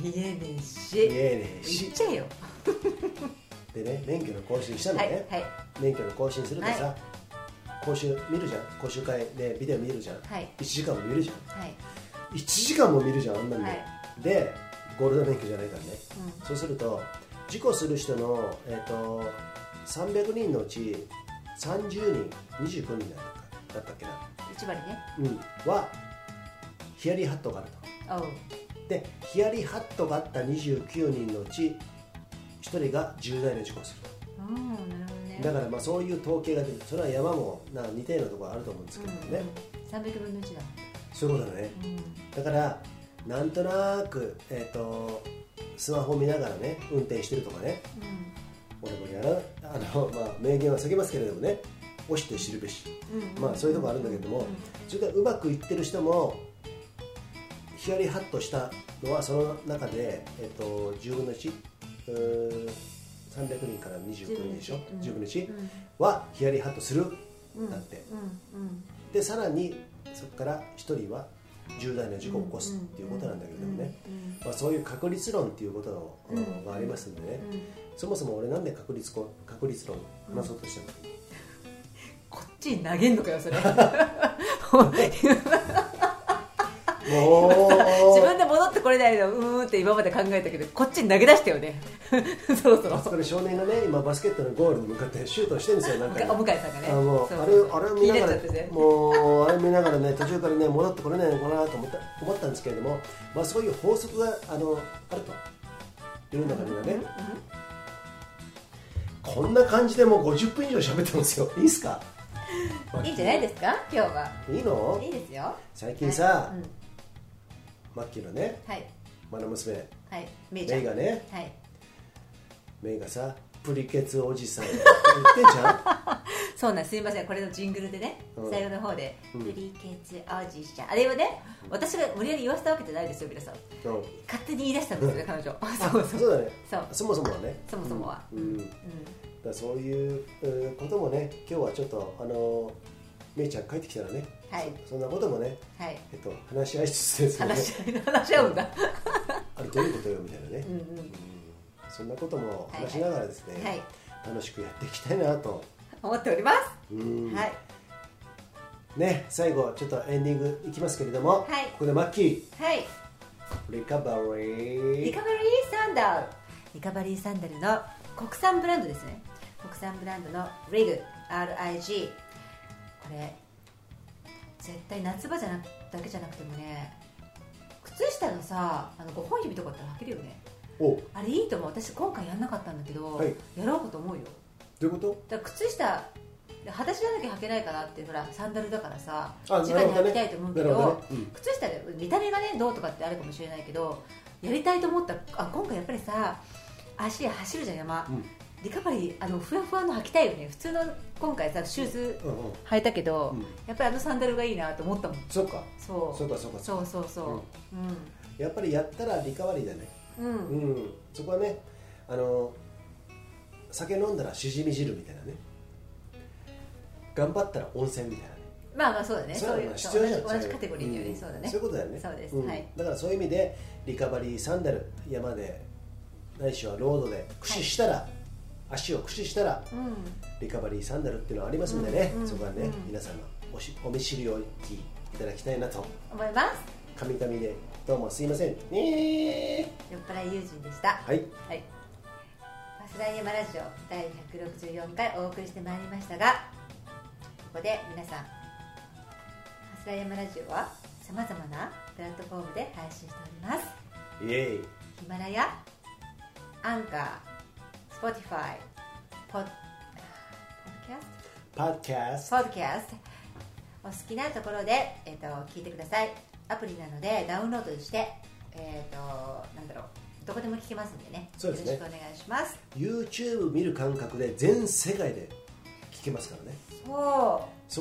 [SPEAKER 2] 見えねえ
[SPEAKER 1] 言
[SPEAKER 2] し
[SPEAKER 1] えねえ
[SPEAKER 2] 言
[SPEAKER 1] し
[SPEAKER 2] っちゃえよ
[SPEAKER 1] でね免許の更新したの
[SPEAKER 2] はい
[SPEAKER 1] ね、
[SPEAKER 2] はい
[SPEAKER 1] 免許の更新するとさ、
[SPEAKER 2] は
[SPEAKER 1] 講習見るじゃん講習会でビデオ見るじゃん、
[SPEAKER 2] はい
[SPEAKER 1] 1時間も見るじゃん
[SPEAKER 2] はい
[SPEAKER 1] 1時間も見るじゃんあんなんで、
[SPEAKER 2] はい
[SPEAKER 1] でゴールド免許じゃないからね、
[SPEAKER 2] う
[SPEAKER 1] そうすると事故する人の、えー、と300人のうち30人29人だったかだったっけな、
[SPEAKER 2] 一割ね
[SPEAKER 1] うん、はヒヤリーハットがあると
[SPEAKER 2] おう
[SPEAKER 1] でヒヤリーハットがあった29人のうち1人が重大な事故をする
[SPEAKER 2] ああなるほどね
[SPEAKER 1] だからまあそういう統計が出てそれは山もな似たようなところあると思うんですけどね、
[SPEAKER 2] 三百分の一だ。
[SPEAKER 1] そういうことだね
[SPEAKER 2] うん。
[SPEAKER 1] だからなんとなく、えー、とスマホ見ながらね運転してるとかね俺もやらあの、まあ、名言は避けますけれどもね押して知るべし
[SPEAKER 2] うん。うん。
[SPEAKER 1] まあそういうとこあるんだけどもそれからうまくいってる人もヒヤリハッとしたのはその中で、えっと10分の1うーん300人から29人でしょ
[SPEAKER 2] うん
[SPEAKER 1] 10分の
[SPEAKER 2] う
[SPEAKER 1] 1
[SPEAKER 2] ん。
[SPEAKER 1] はヒヤリハッとする
[SPEAKER 2] うん。
[SPEAKER 1] だって
[SPEAKER 2] うん。うん。
[SPEAKER 1] でさらにそこから1人は重大な事故を起こすっていうことなんだけれどもね、
[SPEAKER 2] うん。
[SPEAKER 1] まあ、そういう確率論っていうことの
[SPEAKER 2] うん
[SPEAKER 1] がありますんでね
[SPEAKER 2] うん。うん
[SPEAKER 1] そもそも俺なんで確率こ確率論話そうとしたの、
[SPEAKER 2] こっちに投げんのかよそれ。
[SPEAKER 1] もう
[SPEAKER 2] 自分で戻ってこれないのうーんって今まで考えたけどこっちに投げ出したよね そろそろ
[SPEAKER 1] あそこで少年がね今バスケットのゴールに向かってシュートをしてるんですよなんか
[SPEAKER 2] お向井さんがね
[SPEAKER 1] あもう
[SPEAKER 2] そう
[SPEAKER 1] あれあれを見なが
[SPEAKER 2] 気にっちゃって
[SPEAKER 1] ら
[SPEAKER 2] ね
[SPEAKER 1] もうあれ見ながらね途中からね戻ってこれないのかなと思った思ったんですけれどもまあそういう法則があのあると世の中にはねこんな感じでもう50分以上喋ってますよ いいっすか
[SPEAKER 2] いいんじゃないですか今日はい
[SPEAKER 1] いの
[SPEAKER 2] いいですよ
[SPEAKER 1] 最近さ、
[SPEAKER 2] うん
[SPEAKER 1] マッキーのね
[SPEAKER 2] はい
[SPEAKER 1] まな娘
[SPEAKER 2] はいメイちゃ
[SPEAKER 1] メ
[SPEAKER 2] ん
[SPEAKER 1] イがね
[SPEAKER 2] はい
[SPEAKER 1] メイがさプリケツおじさんって言ってんじゃん
[SPEAKER 2] そうなんですすみませんこれのジングルでね、
[SPEAKER 1] うん
[SPEAKER 2] 最後の方で「
[SPEAKER 1] うん
[SPEAKER 2] プリケツおじちゃん」あれをね私が無理やり言わせたわけじゃないですよ皆さん
[SPEAKER 1] うん
[SPEAKER 2] 勝手に言い出したんですよね彼女
[SPEAKER 1] あ
[SPEAKER 2] そうそう
[SPEAKER 1] そうだね
[SPEAKER 2] そう
[SPEAKER 1] そもそもはね
[SPEAKER 2] そもそもは
[SPEAKER 1] うん、だか
[SPEAKER 2] うん
[SPEAKER 1] らそういううんこともね今日はちょっとあのめいちゃん帰ってきたらね
[SPEAKER 2] はい
[SPEAKER 1] そんなこともね
[SPEAKER 2] はい
[SPEAKER 1] えっと話し合いつつですよね
[SPEAKER 2] 話し合い話し合うんだ
[SPEAKER 1] あれどういうことよみたいなね、
[SPEAKER 2] うんうん
[SPEAKER 1] うんそんなことも話しながらですね、
[SPEAKER 2] はいはい
[SPEAKER 1] 楽しくやっていきたいなと、
[SPEAKER 2] 思っております
[SPEAKER 1] うん
[SPEAKER 2] はい
[SPEAKER 1] ね最後ちょっとエンディングいきますけれども、
[SPEAKER 2] はい
[SPEAKER 1] ここでマッキ
[SPEAKER 2] はい
[SPEAKER 1] ーリカバリー
[SPEAKER 2] リカバリーサンダルリカバリーサンダルの国産ブランドですね国産ブランドの RIG RIG これ絶対夏場じゃなくだけじゃなくてもね靴下のさあの5本指とかあったら履けるよね
[SPEAKER 1] おど
[SPEAKER 2] あれいいと思う私今回やんなかったんだけど、
[SPEAKER 1] はい
[SPEAKER 2] やろうかと思うよ
[SPEAKER 1] ういうこと
[SPEAKER 2] だから靴下裸足じゃなきゃ履けないかなってほらサンダルだからさ
[SPEAKER 1] あ
[SPEAKER 2] 一番に履きたいと思うけ
[SPEAKER 1] なるほど
[SPEAKER 2] ど
[SPEAKER 1] ねうん
[SPEAKER 2] 靴下で見た目がねどうとかってあるかもしれないけどやりたいと思ったあ今回やっぱりさ足走るじゃん山、
[SPEAKER 1] うん
[SPEAKER 2] リカバリーあのふわふわの履きたいよね普通の今回さシューズ
[SPEAKER 1] うんうん
[SPEAKER 2] 履いたけど、
[SPEAKER 1] うん
[SPEAKER 2] やっぱりあのサンダルがいいなと思ったもん
[SPEAKER 1] そうか
[SPEAKER 2] そう
[SPEAKER 1] そうかそうか
[SPEAKER 2] そうそうそう
[SPEAKER 1] やっぱりやったらリカバリーだね
[SPEAKER 2] うんうん、
[SPEAKER 1] うんそこはねあの酒飲んだらしじみ汁みたいなね頑張ったら温泉みたいなね
[SPEAKER 2] まあまあそうだねそう
[SPEAKER 1] れ
[SPEAKER 2] い
[SPEAKER 1] はま
[SPEAKER 2] う
[SPEAKER 1] あ
[SPEAKER 2] そう
[SPEAKER 1] 必要じゃん
[SPEAKER 2] 同じ
[SPEAKER 1] それ
[SPEAKER 2] カテゴリーだよね、そうだね
[SPEAKER 1] そういうことだよね
[SPEAKER 2] そうです
[SPEAKER 1] ん
[SPEAKER 2] はい
[SPEAKER 1] だからそういう意味でリカバリーサンダル山でないしはロードで駆使したら、足を駆使したら
[SPEAKER 2] うん
[SPEAKER 1] リカバリーサンダルっていうのはありますんでね、
[SPEAKER 2] うんうん
[SPEAKER 1] そこはね、
[SPEAKER 2] うん
[SPEAKER 1] 皆さんのおしお見知りおきいただきたいなと
[SPEAKER 2] 思います
[SPEAKER 1] カミカミでどうもすいませんね
[SPEAKER 2] 酔っ払い友人でした
[SPEAKER 1] ーはい
[SPEAKER 2] はい、マスダイヤマラジオ第164回お送りしてまいりましたがここで皆さんマスダイヤマラジオはさまざまなプラットフォームで配信しております
[SPEAKER 1] イエーイ
[SPEAKER 2] ヒマラヤアンカースポティファイポッポッドキャスト
[SPEAKER 1] パッキャスト
[SPEAKER 2] ポッドキャストお好きなところで、えー、と聞いてくださいアプリなのでダウンロードしてえっ、となんだろうどこでも聞けますんでね
[SPEAKER 1] そうですね
[SPEAKER 2] よろしくお願いします
[SPEAKER 1] YouTube 見る感覚で全世界で聞けますからね
[SPEAKER 2] そ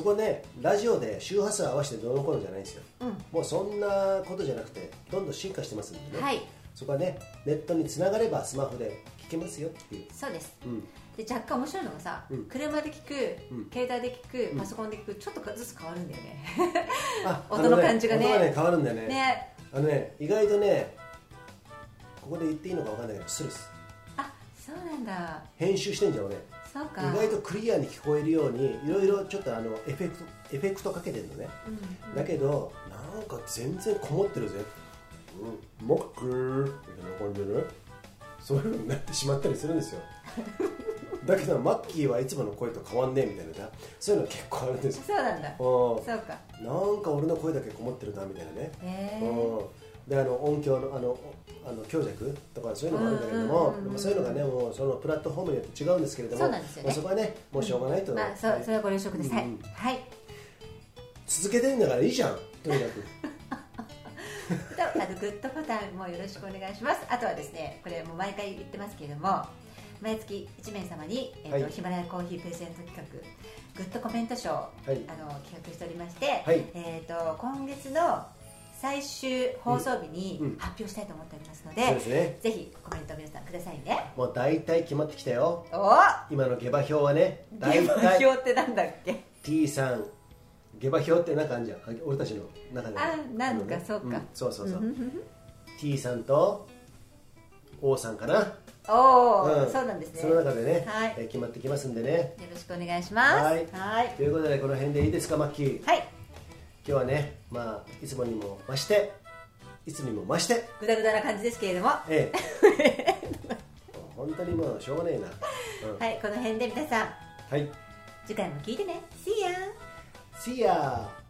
[SPEAKER 1] そこねラジオで周波数合わせてどうのこうのじゃないんですよ
[SPEAKER 2] う、うん、
[SPEAKER 1] もうそんなことじゃなくてどんどん進化してますんでね、
[SPEAKER 2] はい
[SPEAKER 1] そこはねネットにつながればスマホで聞けますよっていう、
[SPEAKER 2] そうです
[SPEAKER 1] うん、
[SPEAKER 2] で若干面白いのがさ、
[SPEAKER 1] うん
[SPEAKER 2] 車で聞く、
[SPEAKER 1] うん
[SPEAKER 2] 携帯で聞く、
[SPEAKER 1] うん
[SPEAKER 2] パソコンで聞くちょっとずつ変わるんだよね
[SPEAKER 1] あ
[SPEAKER 2] 音の感じがね
[SPEAKER 1] あの音がね変わるんだよね
[SPEAKER 2] ね
[SPEAKER 1] あのね意外とねここで言っていいのか分かんないけどスルス
[SPEAKER 2] あそうなんだ
[SPEAKER 1] 編集してんじゃん俺
[SPEAKER 2] そうか
[SPEAKER 1] 意外とクリアに聞こえるようにいろいろちょっとあのエフェクトエフェクトかけてるのね
[SPEAKER 2] うんうん
[SPEAKER 1] だけどなんか全然こもってるぜ、うん、モ ックーみたいな感じでねそういうふうになってしまったりするんですよだけどマッキーはいつもの声と変わんねえみたいななそういうの結構あるんですよ
[SPEAKER 2] そうなんだ
[SPEAKER 1] うん
[SPEAKER 2] そうか
[SPEAKER 1] なんか俺の声だけこもってるなみたいなね、
[SPEAKER 2] へえ
[SPEAKER 1] うん、であの音響のあのおあの強弱とかそういうのもあるんだけれども、
[SPEAKER 2] うんうんうんうん
[SPEAKER 1] まあそういうのがねもうそのプラットフォームによって違うんですけれども
[SPEAKER 2] そうなんですよね
[SPEAKER 1] まあ、そこはねもうしょうがないと、
[SPEAKER 2] まあそう
[SPEAKER 1] ね
[SPEAKER 2] それはご了承ください、
[SPEAKER 1] うんうん
[SPEAKER 2] はい
[SPEAKER 1] 続けてるんだからいいじゃんとにかく
[SPEAKER 2] とあのグッドボタンもよろしくお願いしますあとはですねこれもう毎回言ってますけれども毎月1名様に、えっと
[SPEAKER 1] はい
[SPEAKER 2] ヒマラヤコーヒープレゼント企画グッドコメント
[SPEAKER 1] い
[SPEAKER 2] 賞、あの企画しておりまして、
[SPEAKER 1] はい
[SPEAKER 2] えっと今月の最終放送日
[SPEAKER 1] うんう
[SPEAKER 2] に
[SPEAKER 1] ん
[SPEAKER 2] 発表したいと思っておりますの
[SPEAKER 1] そう
[SPEAKER 2] で
[SPEAKER 1] で、すね
[SPEAKER 2] ぜひコメント皆さんくださいね
[SPEAKER 1] もう大体決まってきたよ
[SPEAKER 2] おお
[SPEAKER 1] 今の下馬評はね大
[SPEAKER 2] 現場
[SPEAKER 1] 体
[SPEAKER 2] 表ってなんだっけ
[SPEAKER 1] T さん下馬評ってなんかあるじゃんあ俺たちの中で
[SPEAKER 2] あなんか
[SPEAKER 1] のね
[SPEAKER 2] そうか
[SPEAKER 1] んそうそうそう T さんと O さんかな
[SPEAKER 2] おお、
[SPEAKER 1] ん
[SPEAKER 2] そうなんですね
[SPEAKER 1] その中でね、
[SPEAKER 2] はい
[SPEAKER 1] えー決まってきますんでね
[SPEAKER 2] よろしくお願いします
[SPEAKER 1] はい
[SPEAKER 2] はい
[SPEAKER 1] ということでこの辺でいいですかマッキー今
[SPEAKER 2] はい
[SPEAKER 1] 日はねまあいつもにも増していつにも増して
[SPEAKER 2] ぐだぐだな感じですけれども、は
[SPEAKER 1] ええ本当にもうしょうがねえな、うん
[SPEAKER 2] いこの辺で皆さん
[SPEAKER 1] はい
[SPEAKER 2] 次回も聞いてね See ya!
[SPEAKER 1] See ya!